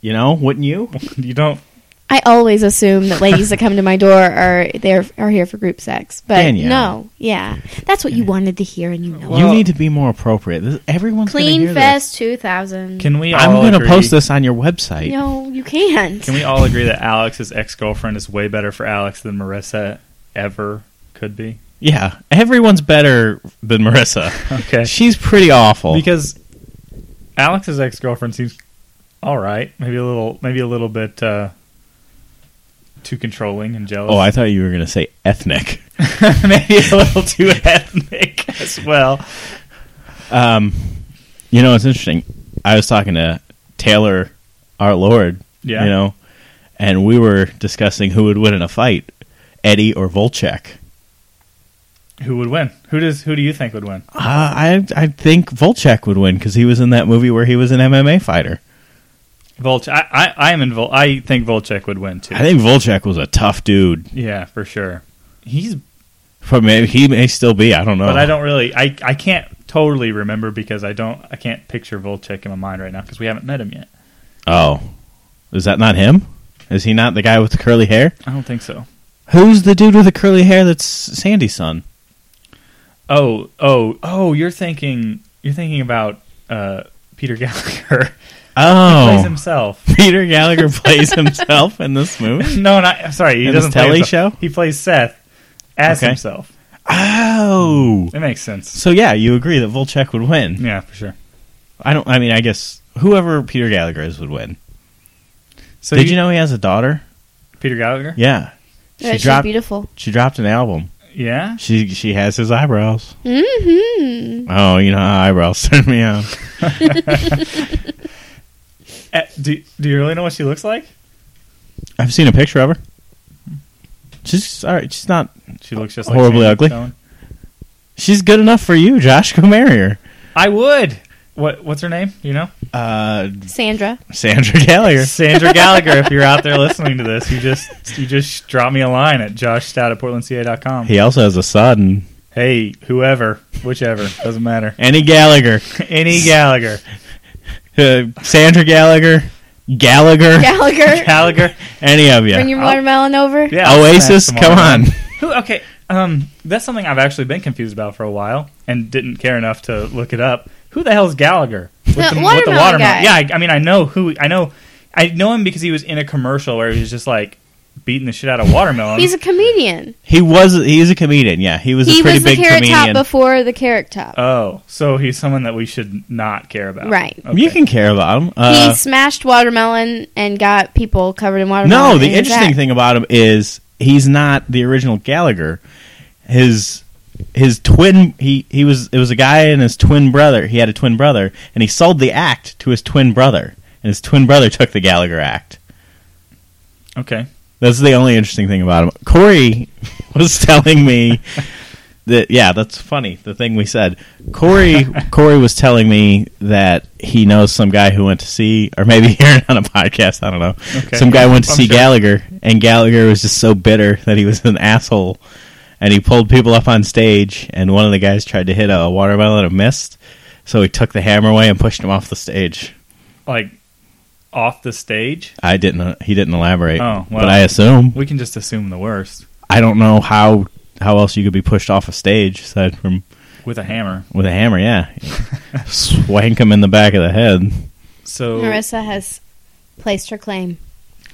S3: you know wouldn't you
S1: You don't.
S4: I always assume that ladies that come to my door are there are here for group sex, but
S3: Danielle.
S4: no, yeah, that's what you wanted to hear, and you know,
S1: Well-
S3: you need to be more appropriate. This, everyone's gonna
S4: Clean
S3: hear this.
S4: Fest 2000.
S1: Can we?
S3: I'm
S1: all
S3: going to
S1: agree-
S3: post this on your website.
S4: no, you can't.
S1: Can we all agree that Alex's ex girlfriend is way better for Alex than Marissa ever could be?
S3: Yeah, everyone's better than Marissa.
S1: Okay.
S3: She's pretty awful.
S1: because Alex's ex girlfriend seems all right. Maybe a little, maybe a little bit uh, too controlling and jealous.
S3: oh, I thought you were going to say ethnic.
S1: maybe a little too ethnic as well.
S3: Um, you know, it's interesting. I was talking to Taylor, our Lord.
S1: Yeah.
S3: You know, and we were discussing who would win in a fight, Eddie or Volchek.
S1: Who would win? Who does? Who do you think would win?
S3: Uh, I I think Volchek would win because he was in that movie where he was an MMA fighter.
S1: Volch. I, I, I am in. Vol- I think Volchek would win too.
S3: I think Volchek was a tough dude.
S1: yeah, for sure. He's,
S3: But maybe he may still be. I don't know.
S1: but I don't really. I, I can't totally remember because I don't. I can't picture Volchek in my mind right now because we haven't met him yet.
S3: Oh, is that not him? Is he not the guy with the curly hair?
S1: I don't think so.
S3: Who's the dude with the curly hair? That's Sandy's son.
S1: Oh, oh, oh! You're thinking. You're thinking about uh, Peter Gallagher. He plays
S3: Oh,
S1: himself.
S3: Peter Gallagher plays himself in this movie.
S1: No, not I'm sorry. He
S3: In this
S1: doesn't play
S3: telly
S1: himself.
S3: show?
S1: He plays Seth as
S3: Okay.
S1: himself.
S3: Oh,
S1: It makes sense.
S3: so yeah, you agree that Volchek would win?
S1: Yeah, for sure.
S3: I don't. I mean, I guess whoever Peter Gallagher is would win.
S1: So
S3: Did you, know he has a daughter?
S1: Peter Gallagher?
S3: Yeah,
S4: Yeah,
S3: she
S4: she's
S3: dropped.
S4: beautiful.
S3: She dropped an album.
S1: Yeah.
S3: She she has his eyebrows.
S4: hmm
S3: Oh, you know how eyebrows turn me on.
S1: Uh, do Do you really know what she looks like?
S3: I've seen a picture of her. She's all right. She's not.
S1: She looks just
S3: Horribly
S1: like Sandy
S3: ugly.
S1: Cohen.
S3: She's good enough for you, Josh. Go marry her.
S1: I would. What What's her name? Do You know,
S3: Uh,
S4: Sandra.
S3: Sandra Gallagher.
S1: Sandra Gallagher. if you're out there listening to this, you just you just drop me a line at joshstout at portlandca.com.
S3: He also has a son.
S1: Hey, whoever, whichever, doesn't matter.
S3: Any Gallagher.
S1: Any Gallagher.
S3: Uh, Sandra Gallagher, Gallagher,
S4: Gallagher,
S1: Gallagher.
S3: any of you.
S4: bring your
S1: I'll-
S4: watermelon over.
S1: Yeah, I'll
S3: Oasis,
S1: smash
S3: come
S1: them all
S3: on.
S1: around. Who? Okay, um, that's something I've actually been confused about for a while and didn't care enough to look it up. Who the hell is Gallagher? With
S4: The watermelon guy.
S1: Yeah, I, I mean, I know who. I know, I know him because he was in a commercial where he was just like beating the shit out of watermelon.
S4: He's a comedian.
S3: He was he's a comedian. Yeah, he was
S4: he
S3: a pretty
S4: was the
S3: big
S4: carrot
S3: comedian.
S4: top before the carrot top.
S1: oh, so he's someone that we should not care about,
S4: Right.
S1: Okay.
S3: You can care about him. Uh,
S4: he smashed watermelon and got people covered in watermelon.
S3: no, the
S4: in his
S3: interesting
S4: act.
S3: thing about him is he's not the original Gallagher. His his twin he he was it was a guy and his twin brother. He had a twin brother and he sold the act to his twin brother. And his twin brother took the Gallagher act.
S1: Okay.
S3: That's the only interesting thing about him. Corey was telling me that yeah, that's funny. The thing we said. Corey Corey was telling me that he knows some guy who went to see, or maybe hearing on a podcast. I don't know.
S1: Okay.
S3: Some guy went to
S1: I'm
S3: see
S1: sure.
S3: Gallagher, and Gallagher was just so bitter that he was an asshole, and he pulled people up on stage, and one of the guys tried to hit a watermelon and missed, so he took the hammer away and pushed him off the stage.
S1: Like off the stage,
S3: I didn't. He didn't elaborate,
S1: Oh, well.
S3: but I assume.
S1: we can just assume the worst
S3: I don't know how how else you could be pushed off a stage aside from
S1: with a hammer.
S3: with a hammer. Yeah, swank him in the back of the head.
S1: So
S4: Marissa has placed her claim.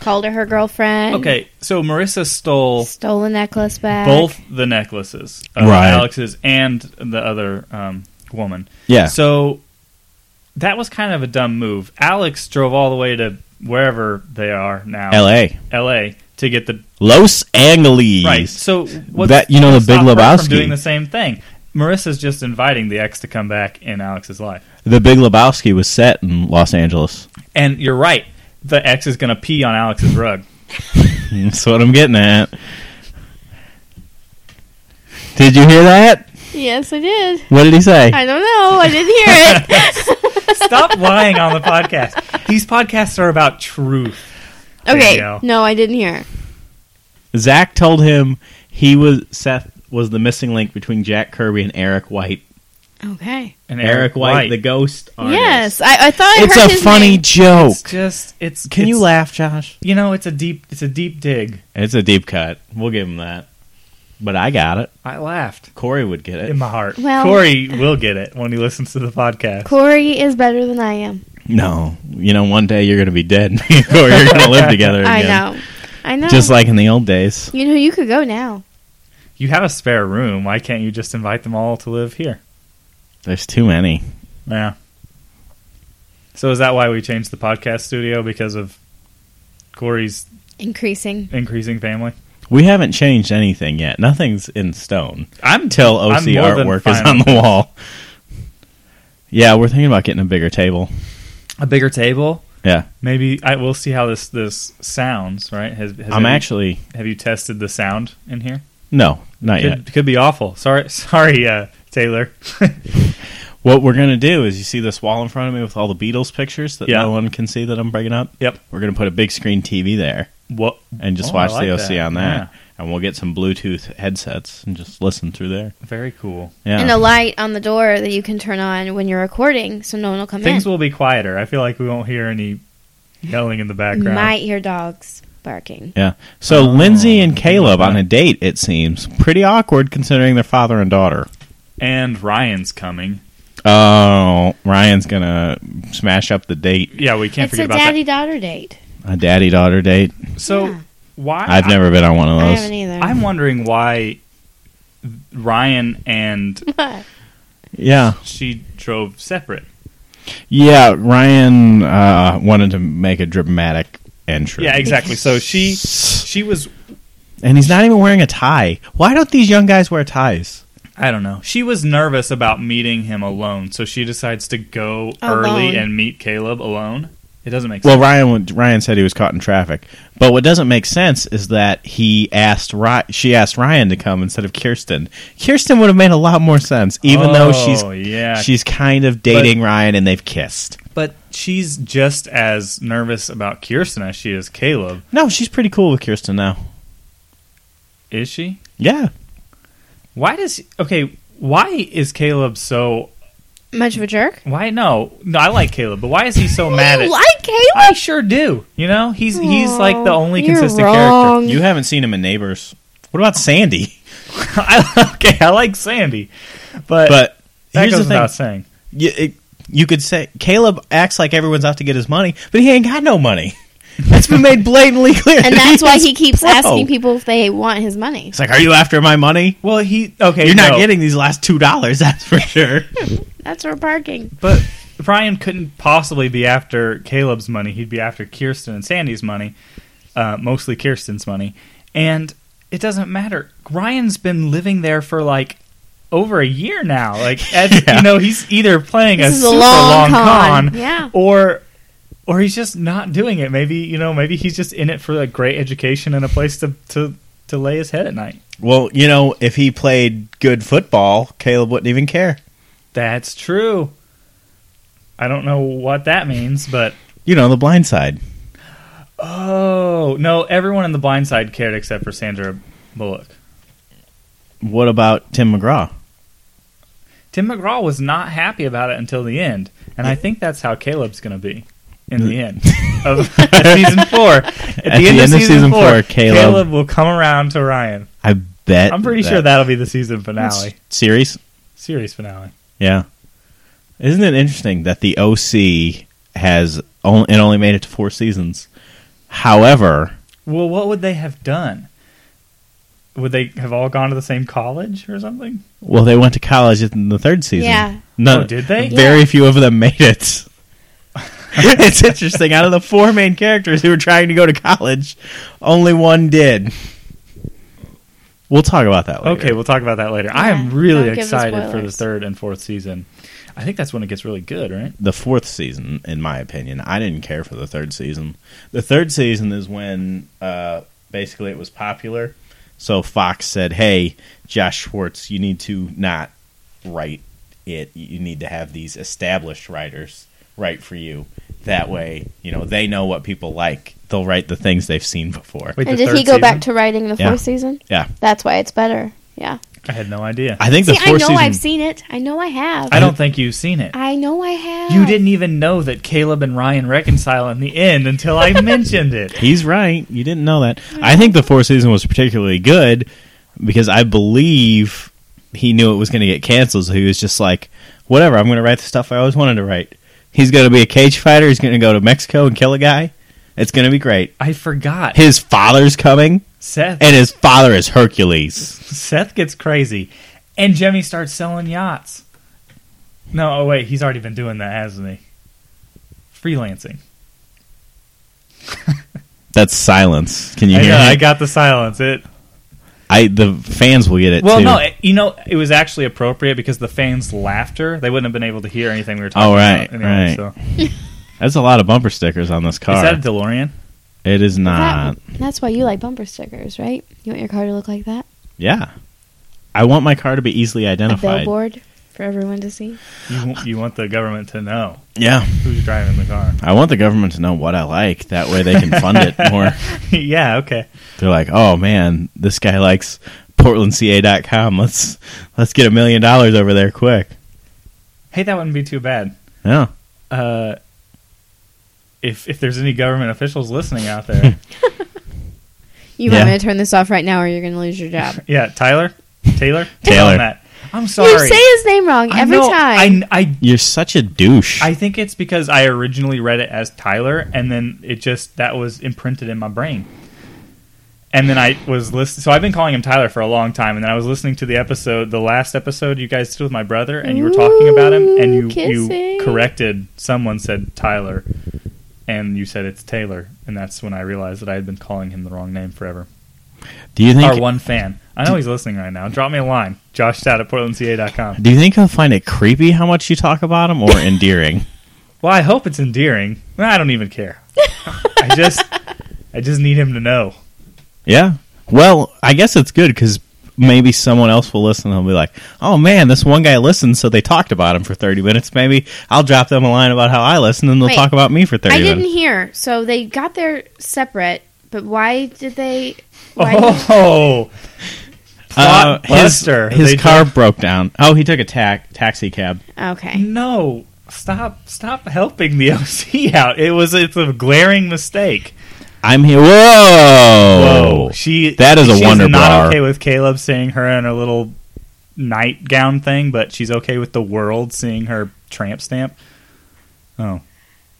S4: Called her her girlfriend.
S1: okay, so Marissa stole
S4: Stole a necklace back.
S1: both the necklaces, uh,
S3: Right.
S1: Alex's and the other um, woman.
S3: Yeah,
S1: So that was kind of a dumb move. Alex drove all the way to wherever they are now,
S3: L.A.
S1: L.A. to get the
S3: Los Angeles.
S1: right. So what
S3: That- you know, the Big Lebowski.
S1: from doing the same thing. Marissa's just inviting the ex to come back in Alex's life.
S3: The Big Lebowski was set in Los Angeles.
S1: And you're right. The ex is going to pee on Alex's rug.
S3: That's what I'm getting at. Did you hear that?
S4: Yes, I did.
S3: What did he say?
S4: I don't know. I didn't hear it.
S1: Stop lying on the podcast. These podcasts are about truth.
S4: okay.
S1: Danielle.
S4: No, I didn't hear. it.
S3: Zach told him he was Seth was the missing link between Jack Kirby and Eric White.
S4: Okay.
S1: And
S3: Eric, White, the ghost artist.
S4: Yes, I, I thought I
S3: it's
S4: heard
S3: a
S4: his
S3: funny
S4: name.
S3: joke.
S1: It's just it's.
S3: Can you
S1: it's-
S3: laugh, Josh?
S1: You know, it's a deep. It's a deep dig.
S3: It's a deep cut. We'll give him that. But I got it.
S1: I laughed
S3: Corey would get
S1: in
S3: it.
S1: my heart.
S4: Well-
S1: Corey will get it when he listens to the podcast.
S4: Corey is better than I am.
S3: No, you know, one day you're going to be dead, and Corey. You're going to live together. Again.
S4: I know. I know.
S3: Just like in the old days.
S4: you know, you could go now.
S1: You have a spare room. Why can't you just invite them all to live here?
S3: There's too many.
S1: Yeah. So is that why we changed the podcast studio because of Corey's
S4: Increasing.
S1: increasing family?
S3: We haven't changed anything yet. Nothing's in stone.
S1: I'm
S3: Till OC
S1: I'm more than
S3: artwork is
S1: fine
S3: on
S1: with
S3: the wall. Yeah, we're thinking about getting a bigger table.
S1: a bigger table.
S3: Yeah.
S1: Maybe I will see how this this sounds. Right? Has, has
S3: I'm
S1: have you-
S3: actually
S1: have you tested the sound in here?
S3: no, not yet.
S1: Could, could be awful. Sorry, sorry, uh, Taylor.
S3: What we're gonna do is, you see this wall in front of me with all the Beatles pictures that
S1: Yeah.
S3: no one can see that I'm bringing up.
S1: Yep.
S3: We're gonna put a big screen TV there
S1: what?
S3: and just
S1: Oh,
S3: watch
S1: I like
S3: the OC
S1: that.
S3: on that, and we'll get some Bluetooth headsets and just listen through there.
S1: Very cool.
S3: Yeah.
S4: And a light on the door that you can turn on when you're recording so no one will come
S1: Things
S4: in.
S1: will be quieter. I feel like we won't hear any yelling in the background.
S4: Might hear dogs barking.
S3: yeah. So
S1: Oh,
S3: Lindsay and Caleb
S1: okay.
S3: on a date, it seems pretty awkward considering they're father and daughter.
S1: And Ryan's coming.
S3: Oh, Ryan's gonna smash up the date,
S1: Yeah, we can't
S4: it's
S1: forget
S4: a
S1: about
S4: daddy daughter date.
S3: a daddy daughter date.
S1: that. So
S4: Yeah.
S1: why?
S3: I've never been on one of
S4: I
S3: those.
S4: haven't either.
S1: I, am wondering why Ryan and
S4: e-
S3: yeah.
S1: she drove separate.
S3: Yeah. Ryan uh, wanted to make a dramatic entry.
S1: Yeah, exactly. So she she was
S3: And he's not even wearing a tie. Why don't these young guys wear ties?
S1: I don't know. She was nervous about meeting him alone, so she decides to go
S4: Alone.
S1: early and meet Caleb alone. It doesn't make
S3: Well,
S1: sense.
S3: Ryan Ryan said he was caught in traffic. But what doesn't make sense is that he asked Ry- she asked Ryan to come instead of Kirsten. Kirsten would have made a lot more sense, even though she's
S1: Oh, yeah.
S3: she's kind of dating Ryan and they've kissed.
S1: but she's just as nervous about Kirsten as she is Caleb.
S3: No, she's pretty cool with Kirsten now.
S1: Is she?
S3: Yeah,
S1: Why does okay? Why is Caleb so
S4: much of a jerk.
S1: Why? No, no. I like Caleb, but why is he so mad
S4: you
S1: at?
S4: like Caleb?
S1: I sure do. You know, he's he's like the
S4: Aw,
S1: only
S4: you're
S1: consistent
S4: wrong.
S3: You haven't seen him in Neighbors. What about Sandy?
S1: character. I, okay, I like Sandy, but,
S3: But
S1: that
S3: here's
S1: goes
S3: the thing:
S1: without saying.
S3: you, it, you could say Caleb acts like everyone's out to get his money, but he ain't got no money. That's been made blatantly clear.
S4: and that's why he keeps
S3: Bro.
S4: asking people if they want his money.
S3: It's like, are you after my money?
S1: Well, he okay.
S3: You're not
S1: no,
S3: getting these last two dollars. That's for sure.
S4: That's for parking.
S1: But Brian couldn't possibly be after Caleb's money. He'd be after Kirsten and Sandy's money, uh, mostly Kirsten's money. And it doesn't matter. Ryan's been living there for like over a year now. Like, as,
S3: Yeah.
S1: you know, he's either playing
S4: This
S1: a
S4: is a
S1: super long,
S4: long con.
S1: con,
S4: Yeah.
S1: or or he's just not doing it. Maybe you know, maybe he's just in it for a great education and a place to to, to lay his head at night.
S3: well, you know, if he played good football, Caleb wouldn't even care.
S1: That's true. I don't know what that means, but
S3: You know, the blind side.
S1: Oh no! Everyone in the Blind Side cared except for Sandra Bullock.
S3: What about Tim McGraw?
S1: Tim McGraw was not happy about it until the end, and I think that's how Caleb's going to be in the end of season four. At, the,
S3: the
S1: end, of season, four,
S3: Caleb-
S1: Caleb. will come around to Ryan.
S3: I bet.
S1: I'm pretty
S3: that-
S1: sure that'll be the season finale,
S3: series.
S1: series finale.
S3: Yeah. Isn't it interesting that the OC has only, it only made it to four seasons? However,
S1: Well, what would they have done? Would they have all gone to the same college or something?
S3: well, they went to college in the third season.
S4: Yeah.
S3: No,
S1: Oh, did they?
S3: Very few of them made it. it's interesting. Out of the four main characters who were trying to go to college, only one did. We'll talk about that later.
S1: Okay, we'll talk about that later. I am
S4: Yeah,
S1: really
S4: don't give the
S1: excited for the
S4: spoilers.
S1: third and fourth season. I think that's when it gets really good, right?
S3: the fourth season, in my opinion. I didn't care for the third season. The third season is when uh, basically it was popular. So Fox said, "Hey, Josh Schwartz, you need to not write it. You need to have these established writers write for you. That way, you know they know what people like. They'll write the things they've seen before."
S1: Wait,
S4: And
S1: the
S4: did he
S1: third
S4: go back
S1: season?
S4: to writing the
S3: Yeah.
S4: fourth season?
S3: Yeah.
S4: That's why it's better. Yeah.
S1: I had no idea. I,
S3: I think
S4: See,
S3: the
S4: I know
S3: fourth season.
S4: I've seen it. I know I have. I,
S1: don't think you've seen it.
S4: know I have.
S1: you didn't even know that Caleb and Ryan reconcile in the end until I mentioned it.
S3: He's right. You didn't know that. I think the fourth season was particularly good because I believe he knew it was going to get canceled, so he was just like, "Whatever, I'm going to write the stuff I always wanted to write." He's going to be a cage fighter. He's going to go to Mexico and kill a guy. It's going to be great.
S1: I forgot.
S3: His father's coming,
S1: Seth
S3: and his father is Hercules.
S1: Seth gets crazy, and Jimmy starts selling yachts. No, oh wait, he's already been doing that, hasn't he? Freelancing.
S3: That's silence. Can you
S1: I,
S3: hear?
S1: know,
S3: me?
S1: I got the silence. It
S3: I- the fans will get it.
S1: Well,
S3: too.
S1: no, it- you know, it was actually appropriate because the fans' laughter, they wouldn't have been able to hear anything we were talking
S3: Oh, right,
S1: about. Anyway,
S3: right.
S1: So.
S3: that's a lot of bumper stickers on this car.
S1: Is that a DeLorean?
S3: it is
S4: That-
S3: not.
S4: that's why you like bumper stickers, right? You want your car to look like that?
S3: Yeah, I want my car to be easily
S4: A
S3: identified.
S4: billboard for everyone to see.
S1: You, want- you want the government to know
S3: Yeah.
S1: who's driving the car.
S3: I want the government to know what I like. That way they can fund it more.
S1: yeah, okay.
S3: They're like, oh man, this guy likes PortlandCA.com. Let's let's get a million dollars over there quick.
S1: Hey, that wouldn't be too bad.
S3: Yeah.
S1: Uh, if if there's any government officials listening out there,
S4: You
S3: Yeah.
S4: want me to turn this off right now, or you're going to lose your job?
S1: yeah, Tyler, Taylor, Get
S3: Taylor.
S1: on that. I'm sorry.
S4: You say his name wrong
S1: I
S4: every
S1: know,
S4: time.
S1: I, I
S3: You're such a douche.
S1: I think it's because I originally read it as Tyler, and then it just that was imprinted in my brain. And then I was listening. So I've been calling him Tyler for a long time, and then I was listening to the episode, the last episode you guys did with my brother, and you were talking about him, and you
S4: Ooh, kissing.
S1: you corrected someone said Tyler, and you said it's Taylor, and that's when I realized that I had been calling him the wrong name forever.
S3: do you
S1: Our
S3: think
S1: one fan, I know he's listening right now. Drop me a line, Josh Stout at portlandca.com.
S3: do you think he'll find it creepy how much you talk about him or endearing?
S1: Well, I hope it's endearing. I don't even care. I just, I just need him to know.
S3: yeah. Well, I guess it's good because maybe someone else will listen and they'll be like, oh man, this one guy listened, so they talked about him for 30 minutes. Maybe I'll drop them a line about how I listen and they'll
S4: Wait.
S3: talk about me for 30
S4: I
S3: minutes.
S4: didn't hear. So they got there separate, but why did they? Why
S1: Oh,
S3: Uh,
S1: Plot
S3: his
S1: buster.
S3: his
S1: They
S3: car broke down. Oh, he took a ta- taxi cab.
S4: Okay.
S1: No, stop, stop helping the OC out. It was it's a glaring mistake.
S3: I'm here. Whoa!
S1: she
S3: That is a
S1: she's
S3: wonder
S1: Not
S3: bra.
S1: okay with Caleb seeing her in her little nightgown thing, but she's okay with the world seeing her tramp stamp. Oh,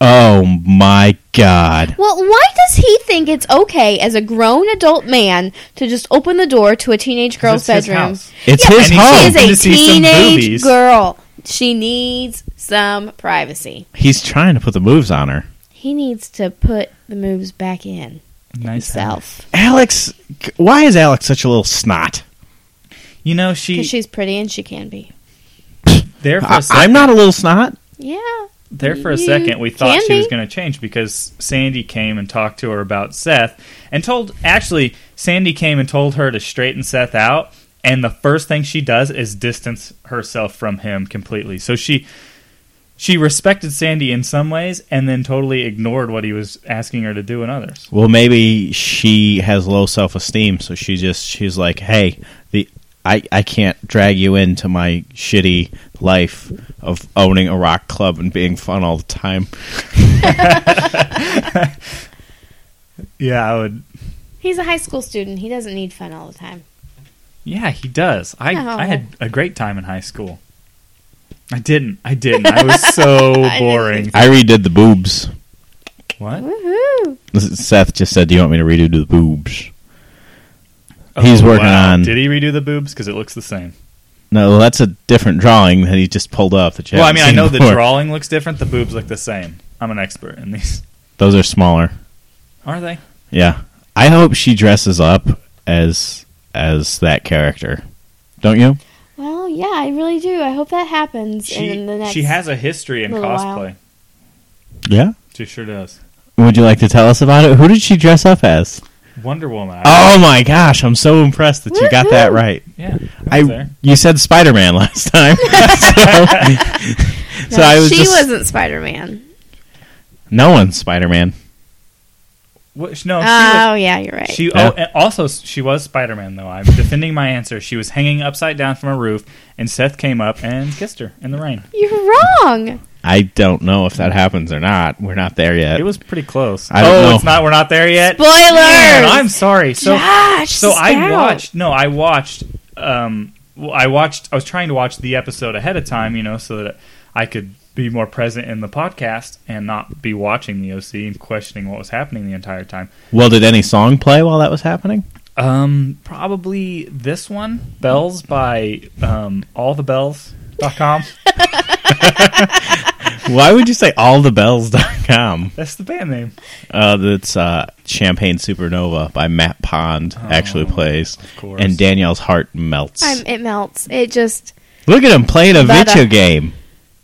S3: Oh my god!
S4: Well, why does he think it's okay as a grown adult man to just open the door to a teenage girl's
S1: Because it's his
S4: bedroom?
S1: house.
S3: It's
S4: Yeah,
S3: his
S1: and he
S3: home.
S4: She
S1: And to
S4: is a
S1: see some
S4: teenage
S1: boobies.
S4: girl. She needs some privacy.
S3: He's trying to put the moves on her.
S4: He needs to put the moves back in
S1: nice
S4: himself
S3: Alex, why is Alex such a little snot?
S1: You know she.
S4: because she's pretty and she can be.
S1: there for
S3: I,
S1: a second.
S3: I'm not a little snot.
S4: Yeah.
S1: There for a
S4: You
S1: second, we thought
S4: can
S1: she was
S4: be.
S1: going to change because Sandy came and talked to her about Seth and told. Actually, Sandy came and told her to straighten Seth out, and the first thing she does is distance herself from him completely. So she she respected Sandy in some ways, and then totally ignored what he was asking her to do in others.
S3: Well, maybe she has low self esteem, so she just she's like, "Hey, the I I can't drag you into my shitty life of owning a rock club and being fun all the time."
S1: Yeah, I would.
S4: He's a high school student. He doesn't need fun all the time.
S1: Yeah, he does. I
S4: No.
S1: I had a great time in high school. I didn't. I didn't. I was so boring.
S3: I redid the boobs.
S1: What?
S4: Woohoo.
S3: Seth just said, "Do you want me to redo the boobs?" He's working on-
S1: Oh, Did he redo the boobs? Because it looks the same.
S3: No, that's a different drawing that he just pulled up. That you
S1: Well, I
S3: haven't
S1: mean, I
S3: seen
S1: know the
S3: before.
S1: drawing looks different. The boobs look the same. I'm an expert in these.
S3: Those are smaller.
S1: Are they?
S3: Yeah, I hope she dresses up as as that character. Don't you?
S4: Well, yeah, I really do. I hope that happens
S1: She
S4: in the next
S1: she has a history in
S4: little
S1: cosplay.
S4: while.
S3: Yeah.
S1: She sure does.
S3: Would you like to tell us about it? Who did she dress up as?
S1: Wonder Woman. I-
S3: Oh my gosh, I'm so impressed that you got that
S4: Woohoo!
S3: right.
S1: yeah. I was
S3: I
S1: there.
S3: you said Spider Man last time, so, so
S4: No,
S3: I was
S4: she
S3: just
S4: wasn't Spider Man.
S3: no one's Spider Man.
S1: What- sh- no.
S4: Oh,
S1: She was,
S4: yeah, you're right.
S1: she
S3: Yeah.
S1: oh, and also s- she was Spider Man though. I'm defending my answer. She was hanging upside down from a roof, and Seth came up and kissed her in the rain.
S4: you're wrong.
S3: I don't know if that happens or not. We're not there yet.
S1: It was pretty close.
S3: I don't
S1: oh,
S3: know.
S1: it's not. We're not there yet.
S4: Spoilers.
S1: Man, I'm sorry. So
S4: Josh,
S1: so I
S4: Sparrow.
S1: watched. No, I watched. Um, well, I watched. I was trying to watch the episode ahead of time, you know, so that I could be more present in the podcast and not be watching the OC and questioning what was happening the entire time.
S3: well, did any song play while that was happening?
S1: Um, probably this one, "Bells" by um, allthebells.com.
S3: Why would you say allthebells.com?
S1: That's the band name.
S3: Uh, that's uh, Champagne Supernova by Matt Pond actually plays,
S1: Oh, course.
S3: and Danielle's heart melts.
S4: I'm, it melts. It just.
S3: Look at him playing a
S4: But, uh,
S3: video game.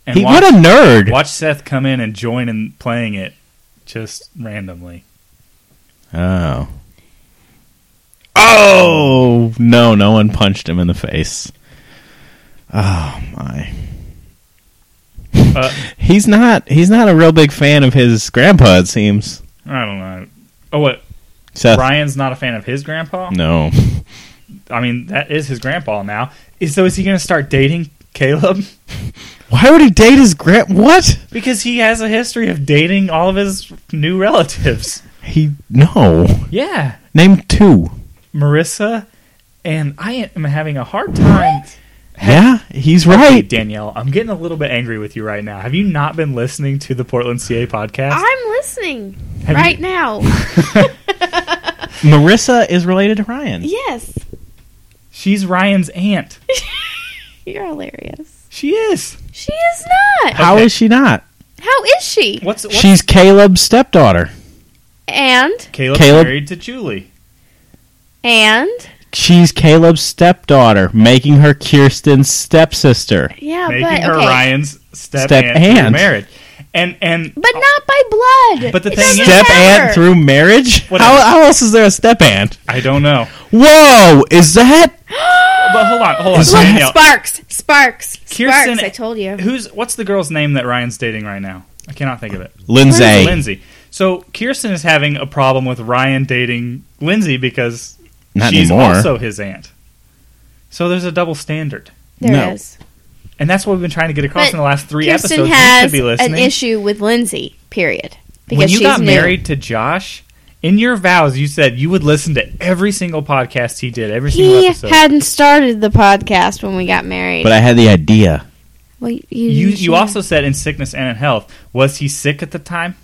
S1: And
S3: He,
S1: watch,
S3: what a nerd!
S1: watch Seth come in and join in playing it just randomly.
S3: Oh, oh no! No one punched him in the face. Oh my!
S1: Uh,
S3: He's not. He's not a real big fan of his grandpa. It seems.
S1: I don't know. Oh, what?
S3: Seth.
S1: Ryan's not a fan of his grandpa.
S3: No.
S1: I mean, that is his grandpa now. Is so is he going to start dating Caleb?
S3: Why would he date his grand? What?
S1: Because he has a history of dating all of his new relatives.
S3: He no.
S1: Yeah,
S3: Name two.
S1: Marissa, and I am having a hard time.
S3: Yeah, he's
S1: Hey,
S3: right.
S1: Danielle, I'm getting a little bit angry with you right now. Have you not been listening to the Portland CA podcast?
S4: I'm listening
S1: Have
S4: right
S1: you-
S4: now.
S3: Marissa is related to Ryan.
S4: yes,
S1: She's Ryan's aunt.
S4: you're hilarious.
S1: She is.
S4: She is not.
S3: How
S1: Okay.
S3: is she not?
S4: How is she?
S1: What's, what's
S3: She's Caleb's stepdaughter.
S4: And
S1: Caleb,
S3: Caleb?
S1: married to Julie?
S4: and
S3: She's Caleb's stepdaughter, making her Kirsten's stepsister.
S4: yeah,
S1: Making
S4: Oh, but
S1: her
S4: okay,
S1: Ryan's step,
S3: Step
S1: aunt, through
S3: aunt.
S1: marriage. And and
S4: but not by blood.
S1: But the
S4: It
S1: thing
S4: doesn't
S1: is-
S3: Step
S4: matter.
S3: aunt through marriage? How,
S1: Whatever.
S3: how else is there a step aunt?
S1: I don't know.
S3: Whoa, is that?
S1: But hold on, hold on.
S3: Is
S4: Look,
S3: that-
S1: Danielle,
S4: sparks, sparks,
S1: Kirsten-
S4: sparks. I told you.
S1: Who's what's the girl's name that Ryan's dating right now? I cannot think of it.
S3: Lindsay.
S1: Lindsay. So Kirsten is having a problem with Ryan dating Lindsay because
S3: Not
S1: she's
S3: anymore.
S1: also his aunt. So there's a double standard,
S4: There
S3: No.
S4: is.
S1: and that's what we've been trying to get across
S4: But
S1: in the last three
S4: Kirsten
S1: episodes. You
S4: has
S1: should be listening.
S4: an issue with Lindsay. Period. Because
S1: when you
S4: she's
S1: got
S4: new.
S1: married to Josh, in your vows you said you would listen to every single podcast he did, every single
S4: he
S1: episode.
S4: hadn't started the podcast when we got married.
S3: But I had the idea.
S4: well, you,
S1: you
S4: should-
S1: you also said in sickness and in health. Was he sick at the time?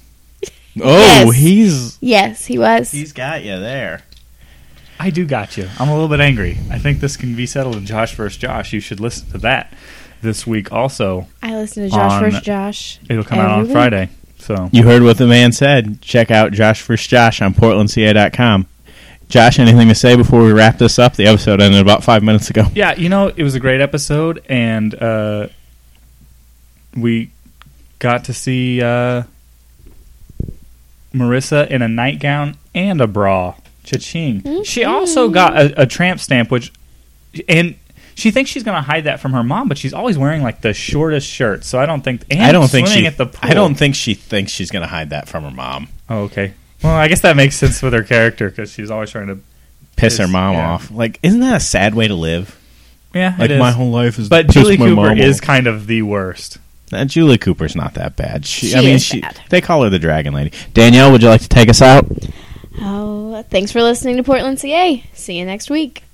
S3: Oh,
S4: Yes.
S3: he's
S4: yes, he was.
S3: got you there.
S1: I do got you. I'm a little bit angry. I think this can be settled in Josh versus Josh. You should listen to that this week. Also,
S4: I listened to Josh
S1: on-
S4: versus Josh.
S1: it'll come out
S4: every
S1: on
S4: week.
S1: Friday. So
S3: You heard what the man said. Check out Josh vs. Josh on portlandca.com. Josh, anything to say before we wrap this up? The episode ended about five minutes ago.
S1: yeah, you know it was a great episode, and uh, we got to see uh, Marissa in a nightgown and a bra. Cha-ching.
S4: Mm-hmm.
S1: She also got a, a tramp stamp, which and. She thinks she's going to hide that from her mom, but she's always wearing like the shortest shirt. So I don't think. And
S3: I don't think
S1: swimming
S3: she.
S1: At the pool.
S3: I don't think she thinks she's going to hide that from her mom.
S1: Oh, okay. Well, I guess that makes sense with her character because she's always trying to.
S3: Piss her
S1: Piss-
S3: mom
S1: yeah.
S3: off. Like, isn't that a sad way to live?
S1: Yeah,
S3: Like
S1: it is.
S3: my whole life is.
S1: But
S3: piss
S1: Julie
S3: my
S1: Cooper
S3: mom
S1: is
S3: off.
S1: kind of the worst.
S3: Uh, Julie Cooper's not that bad. She, I
S4: She
S3: mean,
S4: is
S3: she.
S4: bad.
S3: They call her the Dragon Lady. Danielle, would you like to take us out?
S4: Oh, thanks for listening to Portland, CA. See you next week.